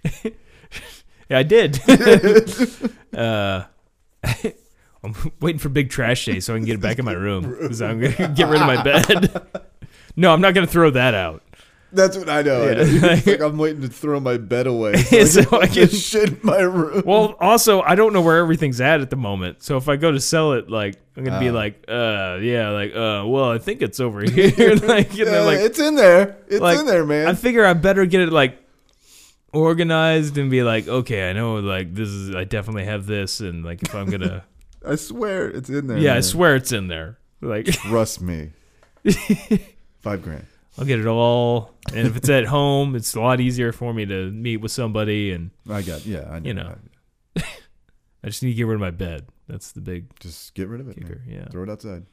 yeah, I did. uh, I'm waiting for big trash day so I can get it back in my room because I'm gonna get rid of my bed. no, I'm not gonna throw that out. That's what I know. I know. It's like I'm waiting to throw my bed away. So So I I can- can shit in my room. Well, also, I don't know where everything's at at the moment. So if I go to sell it, like I'm gonna be Ah. like, uh, yeah, like, uh, well, I think it's over here. like, and Yeah, then, like, it's in there. It's like, in there, man. I figure I better get it like organized and be like, okay, I know like this is I definitely have this and like if I'm gonna I swear it's in there. Yeah, I man. swear it's in there. Like Trust me. Five grand. I'll get it all. And if it's at home, it's a lot easier for me to meet with somebody and I got. Yeah, I know. You know. I just need to get rid of my bed. That's the big Just get rid of it. man. kicker. Yeah. Throw it outside.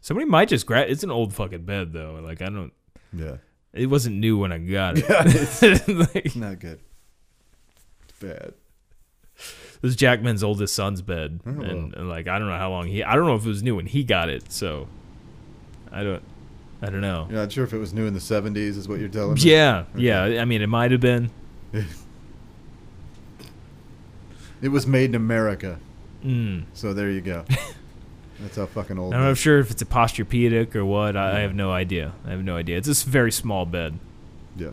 Somebody might just grab it's an old fucking bed though. Like I don't Yeah. it wasn't new when I got it. Yeah, it's like, not good. It's bad. this is Jackman's oldest son's bed, Oh, wow. and, and, like I don't know how long he. I don't know if it was new when he got it, so I don't. I don't know. You're not sure if it was new in the '70s, is what you're telling me. Yeah, yeah. I mean, it might have been. It was made in America. Mm. So there you go. That's how fucking old. I'm it not is. sure if it's a posturpedic or what. I, I have no idea. I have no idea. It's this very small bed. Yeah.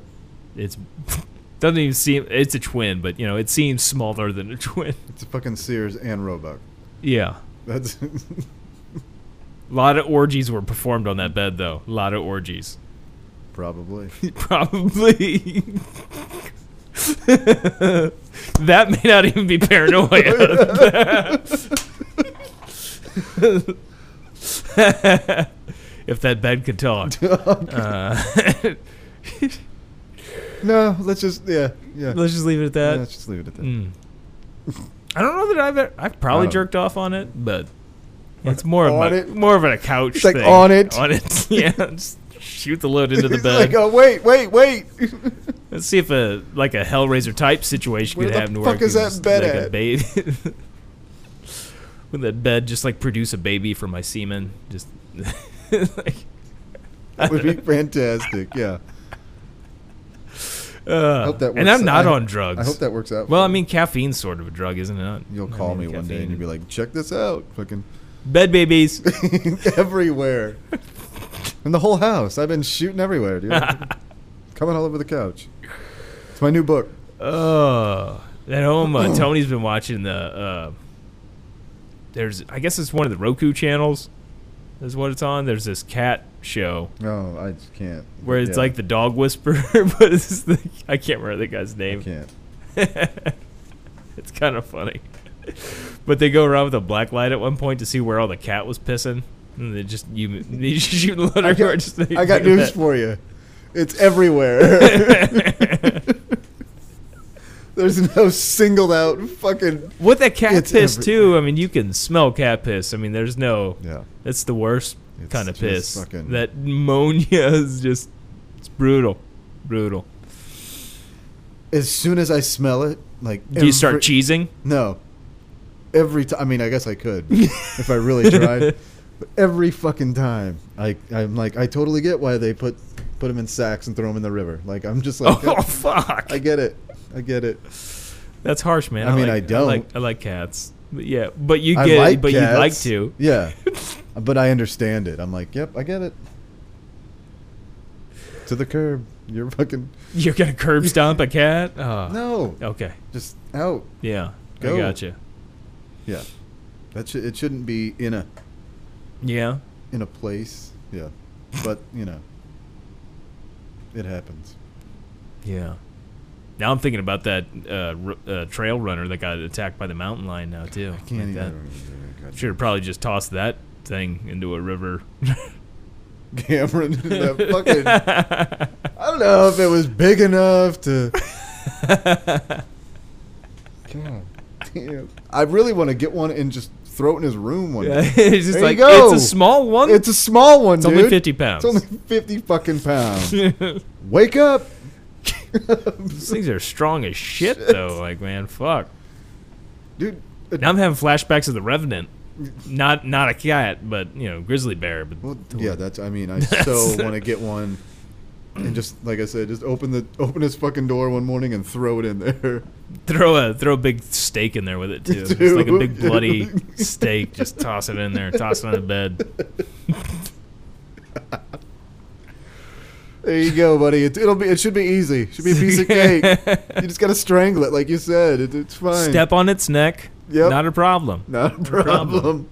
It's doesn't even seem. It's a twin, but you know, it seems smaller than a twin. It's fucking Sears and Roebuck. Yeah. That's A lot of orgies were performed on that bed, though. A lot of orgies. probably. Probably. that may not even be paranoia. if that bed could talk. Oh, Uh, No, let's just yeah yeah. let's just leave it at Yeah, that. let's just leave it at that. Mm. I don't know that I've ever, I've probably don't- jerked off on it, but it's more of Oh. On a, it? more of a couch It's like, thing. on it? on it. Yeah, just shoot the load into the He's bed. like, oh wait, wait, wait. Let's see if a like a Hellraiser type situation Where could the happen. to where fuck it is could that just, bed like, a at? baby- Would that bed just like produce a baby from my semen? Just like, that would be fantastic. Yeah. uh, hope that and works. I'm not I- on drugs. I hope that works out. for well, I you. mean, caffeine's sort of a drug, isn't it? you'll I call mean, me one day and caffeine- you'll be like, check this out, fucking bed babies. everywhere, in the whole house. I've been shooting everywhere, dude. Coming all over the couch. It's my new book. Oh, at home, uh, Tony's been watching the. Uh, there's, I guess it's one of the Roku channels. Is what it's on. There's this cat show No, I just can't. where it's Yeah, like the dog whisperer, but it's the, I can't remember the guy's I name. can't. it's kind of funny. But they go around with a black light at one point to see where all the cat was pissing, and they just you they just shoot a load I everywhere. got, Just I got like news that. for you. It's everywhere. There's no singled out fucking. With that cat It's piss every- too, I mean you can smell cat piss. I mean there's no Yeah. That's the worst It's kind of just piss. fucking- That ammonia is just it's brutal, brutal. As soon as I smell it, like Do you start cheesing? No. Every time, I mean, I guess I could if I really tried. But every fucking time, I I'm like, I totally get why they put put them in sacks and throw them in the river. Like I'm just like, oh fuck! I get it, I get it. That's harsh, man. I mean, like, I don't. like, I like cats. But yeah, but you I get, like but cats. you like to. yeah. But I understand it. I'm like, yep, I get it. To the curb, you're fucking You're gonna curb stomp a cat? Oh. no, Okay. just out. Yeah. Go. I gotcha. Yeah, that should it shouldn't be in a Yeah. in a place. Yeah, but you know, it happens. Yeah. Now I'm thinking about that uh, r- uh, trail runner that got attacked by the mountain lion now too. Can't like that. even- God Should have probably just tossed that thing into a river. Cameron, that fucking. I don't know if it was big enough to. God damn! I really want to get one and just throw it in his room one Yeah, day. it's just There you like go. it's a small one. It's a small one, It's dude. only 50 pounds. It's only fifty fucking pounds. Wake up! These things are strong as shit, though. Like, man, fuck. Dude, it- Now I'm having flashbacks of the Revenant. Not not a cat, but you know, grizzly bear. But Well, yeah, that's. I mean, I so want to get one, and just like I said, just open the open his fucking door one morning and throw it in there. throw a throw a big steak in there with it too. It's Dude. like a big bloody steak. Just toss it in there. Toss it on the bed. There you go, buddy. It, it'll be. It should be easy. Should be a piece of cake. You just gotta strangle it, like you said. It, it's fine. Step on its neck. Yep. Not a problem. Not a problem. problem.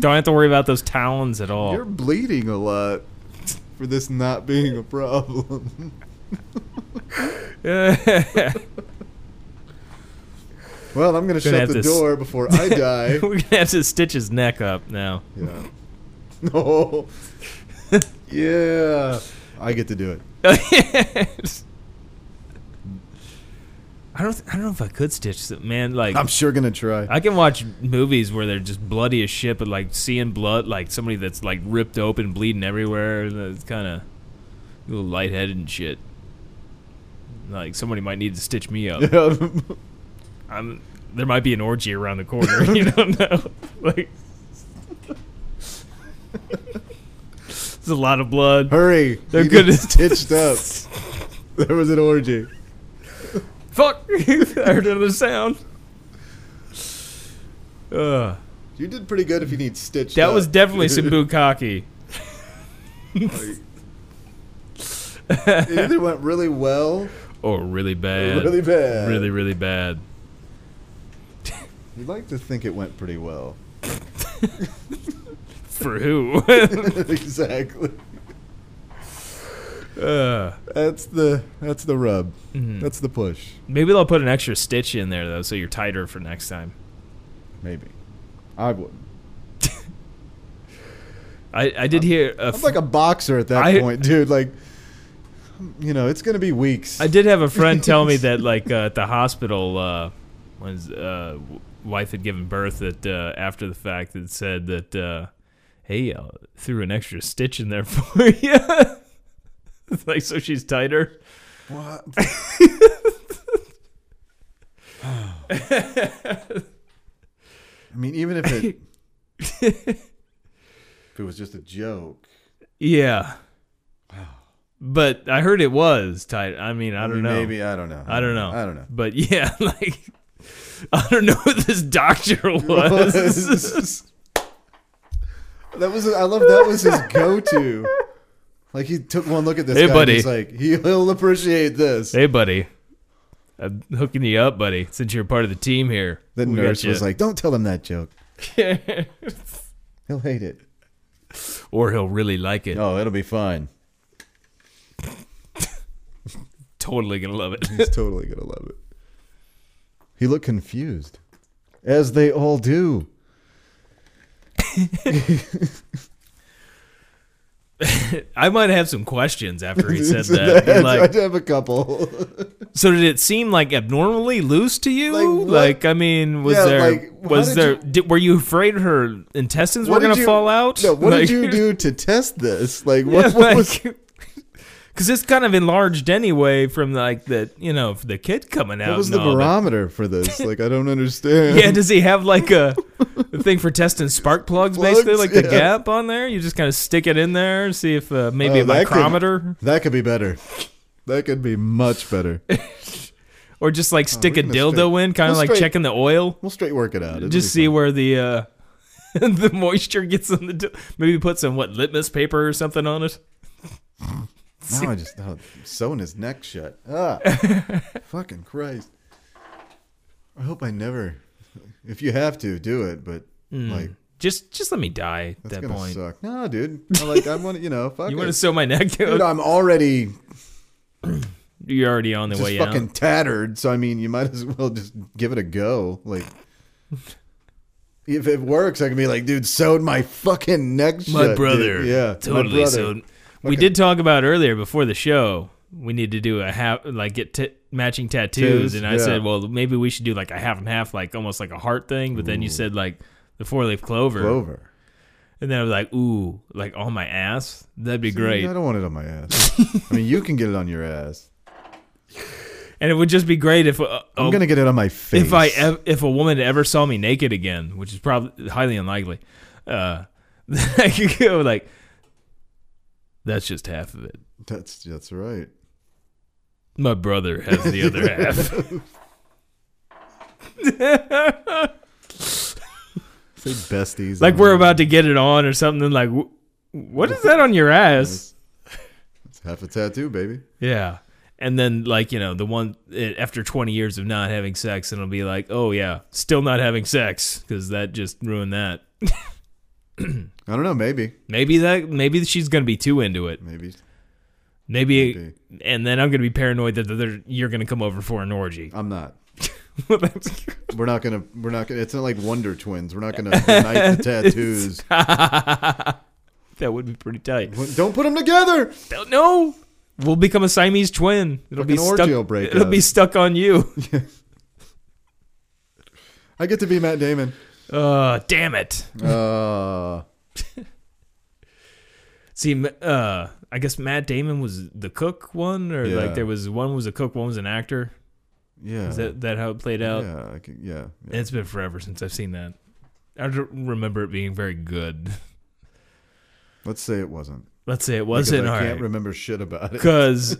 Don't have to worry about those talons at all. You're bleeding a lot for this not being a problem. well, I'm gonna have shut the to s- door before I die. We're gonna have to stitch his neck up now. yeah. No. yeah. I get to do it. I don't. I don't know if I could stitch it, man. Like I'm sure gonna try. I can watch movies where they're just bloody as shit, but like seeing blood, like somebody that's like ripped open, bleeding everywhere, that's kind of a little lightheaded and shit. Like somebody might need to stitch me up. I'm. There might be an orgy around the corner. you don't know. Like, there's a lot of blood. Hurry. They're You good get at- stitched up. There was an orgy. Fuck! I heard another sound. Uh, You did pretty good if you need Stitch. That was definitely some bukkake. it either went really well Or Oh, really or bad. really bad. Really, really bad. You'd like to think it went pretty well. For who? exactly. uh, That's the that's the rub. mhm. That's the push. Maybe they'll put an extra stitch in there, though, so you're tighter for next time. Maybe. I wouldn't. I, I did hear a I'm f- like a boxer at that I- point, dude. Like, you know, it's gonna be weeks. I did have a friend tell me that like uh, at the hospital uh, when his uh, w- wife had given birth that uh, after the fact that said that uh, hey I threw an extra stitch in there for you like so she's tighter What? I mean, even if it if it was just a joke, yeah but I heard it was tight I mean I, I, don't mean, know Maybe I don't know. I don't know I don't know. but yeah like I don't know who this doctor was. That was I love that was his go-to. Like he took one look at this Hey, guy. buddy. And he's like he, he'll appreciate this. Hey, buddy. I'm hooking you up, buddy, since you're part of the team here. the We got nurse you. was like, "Don't tell him that joke. He'll hate it. or he'll really like it. Oh, it'll be fine. Totally gonna love it. He's totally gonna love it." He looked confused, as they all do. I might have some questions after he said that. You're I'd Like, have a couple. so did it seem like abnormally loose to you? Like, Like, what- I mean, was Yeah, there like, how was did there you- did, were you afraid her intestines were What did gonna you- fall out? No, what Like- did you do to test this? Like, Yeah, what, what was? like- Cause it's kind of enlarged anyway from like the you know the kid coming out. What was and the all that. barometer for this? Like, I don't understand. Yeah, does he have like a a thing for testing spark plugs, Plugs, basically, like the yeah. gap on there? You just kind of stick it in there and see if uh, maybe Oh, a that could- micrometer That could be better. That could be much better. or just like stick we're a gonna dildo straight- in, kind of we'll like straight- checking the oil, We'll straight work it out. It'll just be see where the uh, the moisture gets on the dil- maybe put some what litmus paper or something on it. fine. Now I just oh, sewing his neck shut. Ah, fucking Christ! I hope I never. If you have to, do it. But like, Just just let me die at that's that gonna Hmm, point. suck. No, dude. I like, I want to, you know, fuck You it. want to sew my neck? Dude, I'm already You're already on the just way fucking out. tattered. So I mean, you might as well just give it a go. Like, if it works, I can be like, dude, sewed my fucking neck. My shut, dude. brother, yeah, my totally brother. sewed. We did talk about earlier before the show. We need to do a half, like get t- matching tattoos, Tattoos, and I yeah. said, well, maybe we should do like a half and half, like almost like a heart thing. But then you said like the four leaf clover, Clover. and then I was like, ooh, like on my ass, that'd be great, I don't want it on my ass. I mean, you can get it on your ass. and it would just be great if uh, I'm uh, gonna get it on my face. if I ev- if a woman ever saw me naked again, which is probably highly unlikely, uh, then I could go like, that's just half of it. that's that's right. My brother has the other half. Say besties. like on we're my about to get it on or something. and Like, wh- what is that on your ass? ass. It's half a tattoo, baby. Yeah. And then, like you know, the one eh, after twenty years of not having sex, it'll be like, oh yeah, still not having sex because that just ruined that. I don't know. Maybe. Maybe that, maybe she's gonna be too into it. Maybe. Maybe, Maybe. and then I'm gonna be paranoid that they're- you're gonna come over for an orgy. I'm not. Well, that's- We're not gonna. We're not gonna. It's not like Wonder Twins. We're not gonna unite the tattoos. that would be pretty tight. Don't put them together. Don't know. We'll become a Siamese twin. It'll be Fucking orgy stuck. will break It'll up. be stuck on you. I get to be Matt Damon. Uh, damn it. Uh, See, m- uh, I guess Matt Damon was the cook one, or Yeah. like there was one was a cook, one was an actor. yeah. Is that that how it played out? yeah, I can, yeah, yeah. It's been forever since I've seen that. I don't remember it being very good. Let's say it wasn't. Let's say it Because wasn't I all can't right. remember shit about it. Because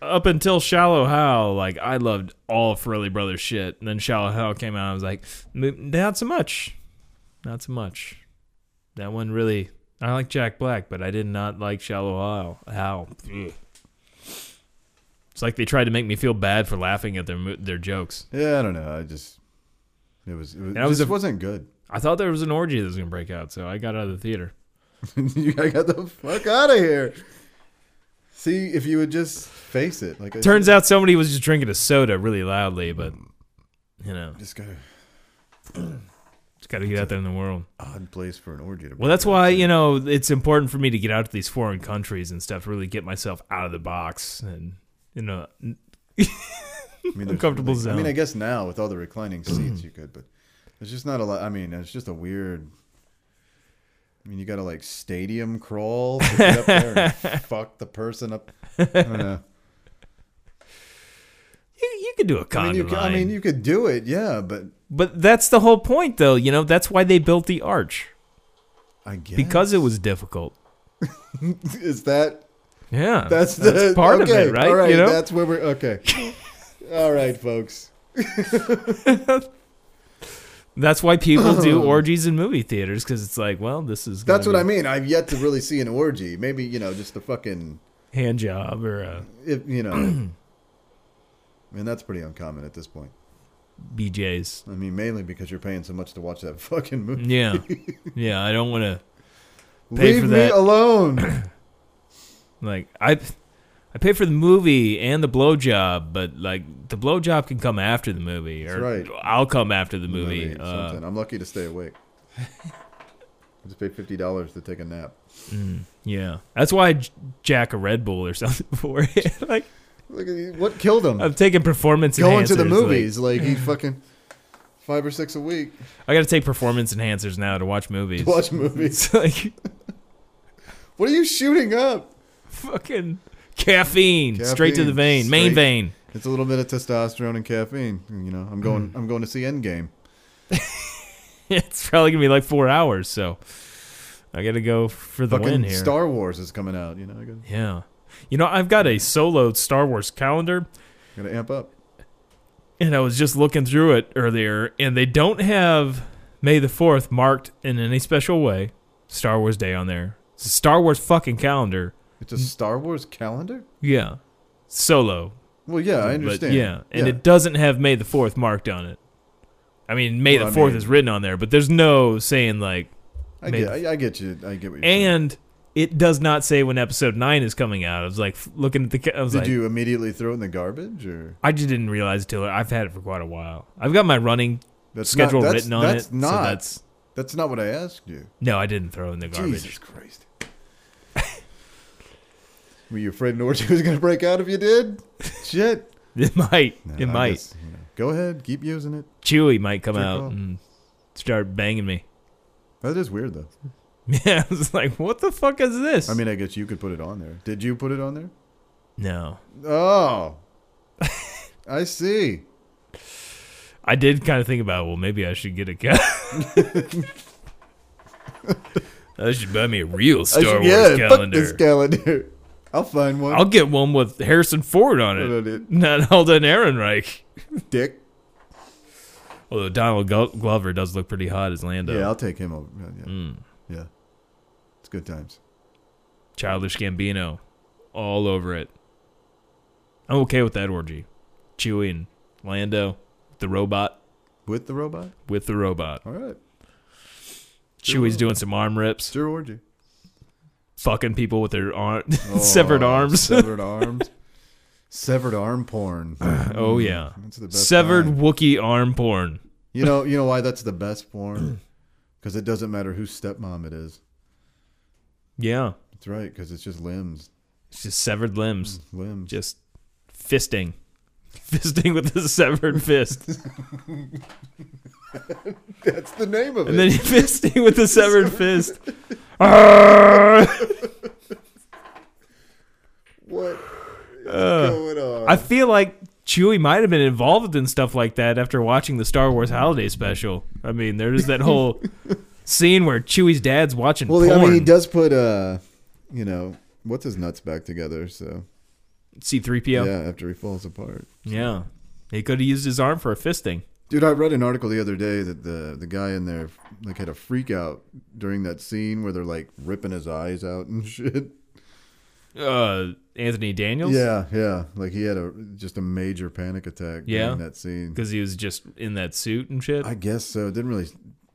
up until Shallow Hal, like I loved all Frilly Brothers shit, and then Shallow Hal came out, I was like, "Mm, not so much. not so much. That one really. I like Jack Black, but I did not like Shallow Hal. Hal. Ugh. It's like they tried to make me feel bad for laughing at their mo- their jokes. Yeah, I don't know. I just it was it, was, That it was just a- wasn't good. I thought there was an orgy that was gonna break out, so I got out of the theater. you gotta get the fuck out of here. See if you would just face it. Like I Turns out somebody was just drinking a soda really loudly, but you know, just got an just got to get out there in the world. odd place for an orgy. To Well, that's why you know it's important for me to get out to these foreign countries and stuff. Really get myself out of the box and you know, I mean, there's uncomfortable really- I mean, zone. I guess now with all the reclining seats, you could, but it's just not a lot. I mean, it's just a weird. I mean, you gotta like stadium crawl to get up there and fuck the person up. I don't know. you, you could do a I con mean, you, ca- I mean, you could do it, yeah, but but that's the whole point, though. You know, that's why they built the arch I guess because it was difficult. is that Yeah, That's the that's part okay, of it, right? All right, you know, that's where we're okay. all right, folks. that's why people do orgies in movie theaters because it's like, well, this is That's gonna what I be mean. I've yet to really see an orgy. Maybe you know, just the fucking a hand job or a if you know. I mean, that's pretty uncommon at this point. BJ's. I mean, mainly because you're paying so much to watch that fucking movie. Yeah, yeah. I don't want to. Pay Leave for me that. alone. Like I, I pay for the movie and the blowjob, but like the blowjob can come after the movie, or right. I'll come after the Movie, movie. uh, something. I'm lucky to stay awake. I just paid fifty dollars to take a nap. yeah, that's why I j- jack a Red Bull or something for it. like Look at what killed him. I'm taking performance. Going to the enhancers, like, movies, like, he fucking five or six a week I got to take performance enhancers now to watch movies. to watch movies. It's like What are you shooting up? fucking caffeine, straight to the Caffeine, vein, main straight- vein. It's a little bit of testosterone and caffeine. You know, I'm going. Hmm. I'm going to see Endgame. it's probably gonna be like four hours, so I got to go for the win Fucking here. Star Wars is coming out. You know, I gotta, yeah, you know I've got a solo Star Wars calendar. gotta amp up. and I was just looking through it earlier, and they don't have May the Fourth marked in any special way. Star Wars Day on there. It's a Star Wars fucking calendar. It's a Star Wars calendar. Yeah, solo. Well, yeah, I But understand. yeah, and it doesn't have May the Fourth marked on it. I mean, May Well, the I Fourth mean- is written on there, but there's no saying like, I get, I, I get you. I get what you're saying. and it does not say when Episode Nine is coming out. I was like f- looking at the. ca- I was Did like, you immediately throw it in the garbage, or I just didn't realize till I've had it for quite a while. I've got my running that's not- schedule that's- written on that's it. Not, So that's that's not what I asked you. no, I didn't throw in the garbage. Jesus Christ. Were you afraid an orgy was gonna break out if you did? Shit. It might. No, it I might. guess, you know, go ahead. Keep using it. Chewy might come True out call. and start banging me. That is weird though. Yeah, I was like, what the fuck is this? I mean, I guess you could put it on there. Did you put it on there? no. Oh, I see. I did kind of think about, well, maybe I should get a cat. I should buy me a real Star I should- Wars yeah, fuck calendar. this calendar. I'll find one. I'll get one with Harrison Ford on Put it, on it. not Alden Ehrenreich. Dick. Although Donald Glo- Glover does look pretty hot as Lando. Yeah, I'll take him over. Yeah, yeah. Mm. yeah. It's good times. Childish Gambino, all over it. I'm okay with that orgy. Chewie and Lando, the robot. With the robot. with the robot. All right. Chewie's doing some arm rips, It's your orgy. fucking people with their arm, Oh, severed arms. severed arms. Severed arm porn. oh yeah, That's the best severed kind. Wookiee arm porn. You know. You know why that's the best porn? Because it doesn't matter whose stepmom it is. Yeah, That's right. Because it's just limbs. it's just severed limbs, Limbs. just fisting, fisting with a severed fist, That's the name of it. and then fisting with a severed fist. Arrgh! what is going on? Uh, I feel like Chewie might have been involved in stuff like that after watching the Star Wars Holiday Special. I mean, there's that whole scene where Chewie's dad's watching Well, porn. I mean, he does put uh, you know, what's his nuts back together. So C-3PO. yeah, after he falls apart. Yeah. He could have used his arm for a fisting. Dude, I read an article the other day that the the guy in there like had a freak out during that scene where they're like ripping his eyes out and shit. Uh, Anthony Daniels. Yeah, yeah. Like he had a just a major panic attack Yeah. during that scene. because he was just in that suit and shit. I guess so. It didn't really,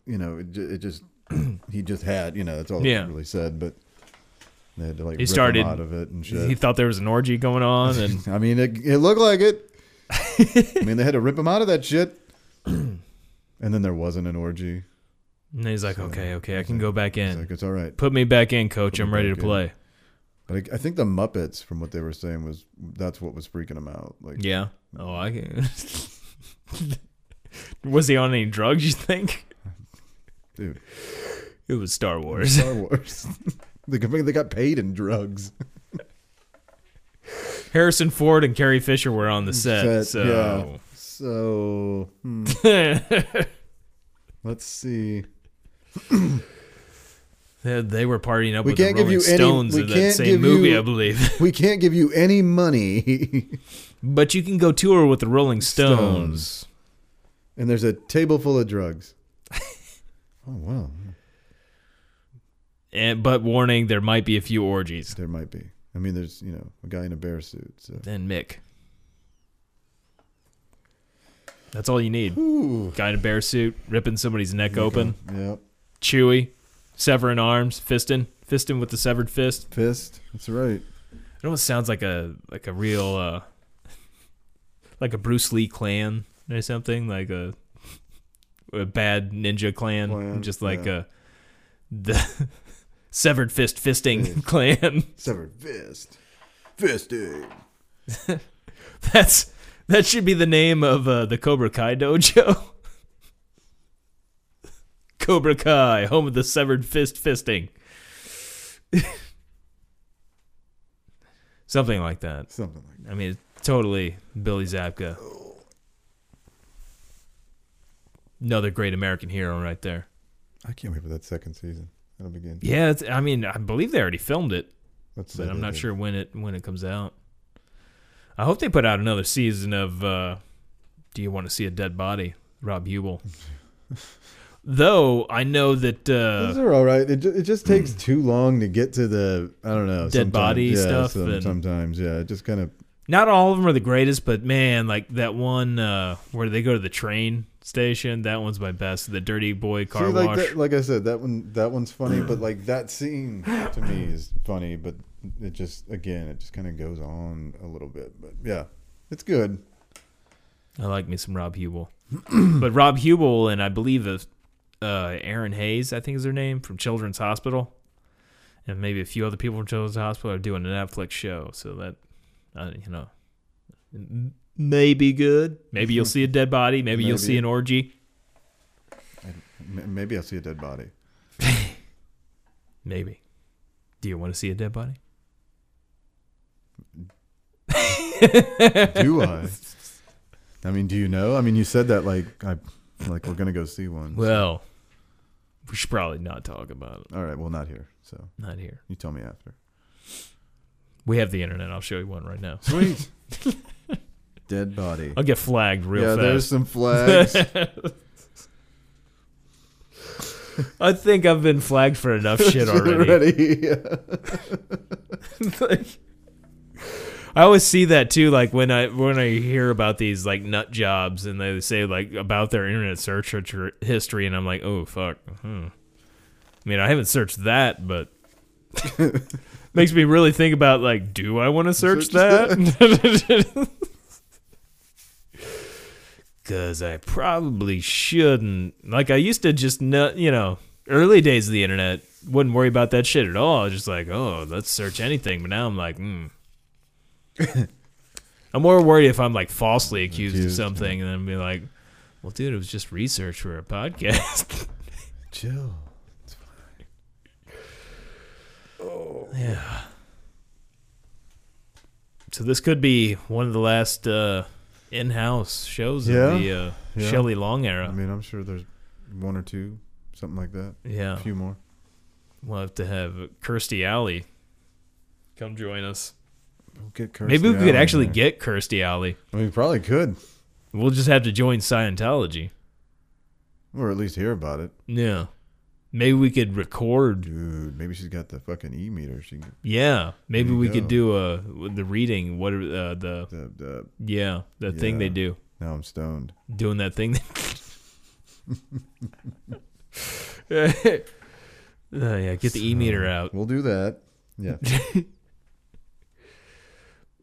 you know, it, ju- it just he just had, you know, that's all Yeah. it really said. But they had to like He rip him started- out of it and shit. he thought there was an orgy going on, and I mean, it, it looked like it. I mean, they had to rip him out of that shit. and then there wasn't an orgy. and he's like, So, "Okay, okay, I can go back It's in. like, it's all right. Put me back in, coach. Put I'm me ready to back in." play." But I, I think the Muppets, from what they were saying, was that's what was freaking him out. Like, Yeah. Oh, I can. was he on any drugs? You think? Dude. it was Star Wars. Star Wars. they, got- they got paid in drugs. Harrison Ford and Carrie Fisher were on the set, Set, so So hmm, let's see. they, they were partying up We with the can't give Rolling you any- Stones we in that can't same give movie, you- I believe. We can't give you any money. But you can go tour with the Rolling Stones. Stones. and there's a table full of drugs. Oh wow, And, but warning, there might be a few orgies. there might be. I mean, there's you know a guy in a bear suit. So And Mick. That's all you need. Guy in a bear suit, ripping somebody's neck open. Yep. Chewy, severing arms, fisting, fisting with the severed fist. Fist. That's right. It almost sounds like a like a real uh like a Bruce Lee clan or something, like a a bad ninja clan, Clan, just like yeah. uh the severed fist fisting Fist. clan. Severed fist. Fisting. That's that should be the name of uh, the Cobra Kai dojo. Cobra Kai, home of the severed fist fisting. Something like that. Something like that. I mean, it's totally Billy Zabka. Another great American hero right there. I can't wait for that second season. That'll begin. Yeah, it's, I mean, I believe they already filmed it, Let's say but I'm that not is- sure when it when it comes out. I hope they put out another season of uh, "Do You Want to See a Dead Body?" Rob Hubel. Though I know that Those uh, are all right. It, ju- it just takes too long to get to the I don't know Dead sometimes- body yeah, stuff some- and- sometimes yeah, it just kind of not all of them are the greatest, but man, like that one uh, where they go to the train station, that one's my best. The Dirty Boy Car See, like Wash. That, like I said, that one that one's funny, but like that scene to me is funny, but it just again it just kind of goes on a little bit. But yeah, it's good. I like me some Rob Hubel. but Rob Hubel and I believe uh, uh, Aaron Hayes, I think is their name, from Children's Hospital, and maybe a few other people from Children's Hospital are doing a Netflix show. So that, uh, you know, m- may be good. Maybe you'll see a dead body. Maybe, you'll Maybe. see an orgy. M- maybe I'll see a dead body. Maybe. Do you want to see a dead body? Do I? I mean, do you know? I mean, you said that like I like we're gonna go see one. Well, we should probably not talk about it. all right, well not here. So Not here. you tell me after. We have the internet. I'll show you one right now. Sweet. dead body. I'll get flagged real yeah, fast. there's some flags. I think I've been flagged for enough shit already. Already, yeah. Like, I always see that too, like when I when I hear about these like nut jobs and they say like about their internet search hit- history, and I'm like, oh fuck. Hmm. I mean, I haven't searched that, but makes me really think about like, do I want to search, Search that? Because I probably shouldn't. Like I used to just not, you know, early days of the internet wouldn't worry about that shit at all. I was just like, oh, let's search anything. But now I'm like, hmm. I'm more worried if I'm like falsely accused, Accused, of something, and then be like, well, dude, it was just research for a podcast. Chill. So this could be one of the last uh, in-house shows Yeah, of the uh, yeah. Shelley Long era. I mean, I'm sure there's one or two, something like that. yeah, A few more. we'll have to have Kirsty Alley come join us. We'll get Maybe we Kirstie could Alley actually there. get Kirsty Alley. We probably could. We'll just have to join Scientology. Or at least hear about it. Yeah. Maybe we could record. Dude, maybe she's got the fucking e meter. She can, Yeah. Maybe There you we could go. do uh the reading. What are uh, the the, the, yeah the thing they Yeah. do now I'm stoned. doing that thing. Uh, yeah, get the e meter out. We'll do that. Yeah.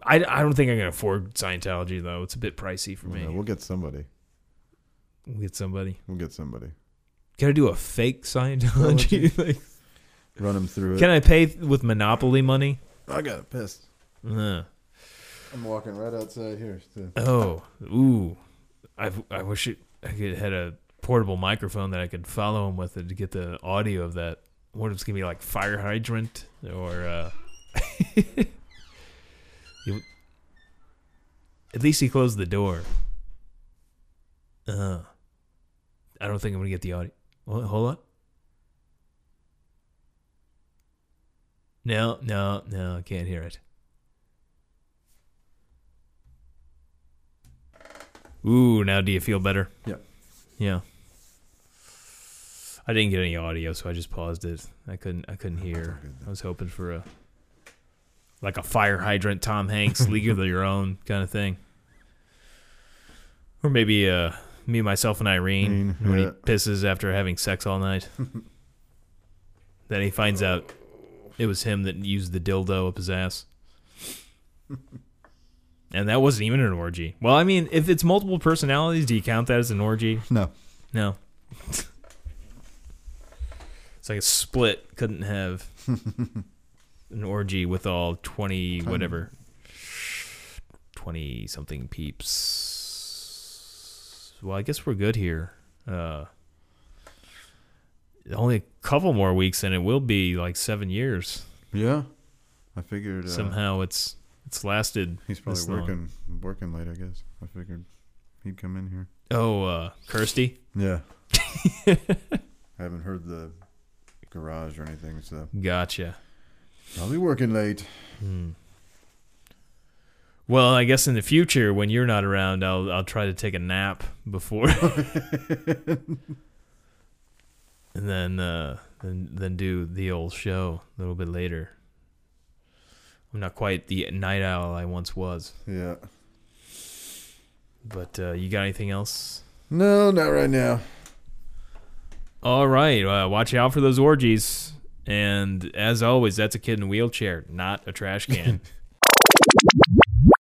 I, I don't think I can afford Scientology though. It's a bit pricey for me. Yeah, we'll get somebody. We'll get somebody. We'll get somebody. Can I do a fake Scientology? like, Run them through it. can I pay with Monopoly money? I got a piss. Uh, I'm walking right outside here. to- oh, ooh. I I wish it, I could had a portable microphone that I could follow him with it to get the audio of that. What it's gonna be like fire hydrant or. uh It- At least he closed the door. Uh, I don't think I'm gonna get the audio. What, hold on. No, no, no, I can't hear it. Ooh, now do you feel better? Yeah. Yeah. I didn't get any audio, so I just paused it. I couldn't I couldn't hear. I was hoping for a like a fire hydrant Tom Hanks League of Their Own kind of thing. Or maybe uh me myself and Irene Irene, when yeah. he pisses after having sex all night. then he finds out it was him that used the dildo up his ass. And that wasn't even an orgy. Well, I mean, if it's multiple personalities, do you count that as an orgy? No. No. it's like a split. Couldn't have an orgy with all 20 whatever. 20 something peeps. Well, I guess we're good here. Uh, only a couple more weeks and it will be like seven years. Yeah. I figured uh, Somehow it's it's lasted. he's probably this long. working working late, I guess. I figured he'd come in here. Oh, uh, Kirsty, Yeah. I haven't heard the garage or anything, so gotcha. I'll be working late. Well, I guess in the future, when you're not around, I'll I'll try to take a nap before, and then uh, then then do the old show a little bit later. I'm not quite the night owl I once was, Yeah. but uh, you got anything else? No, not right now. All right, uh, watch out for those orgies, and as always, that's a kid in a wheelchair, not a trash can.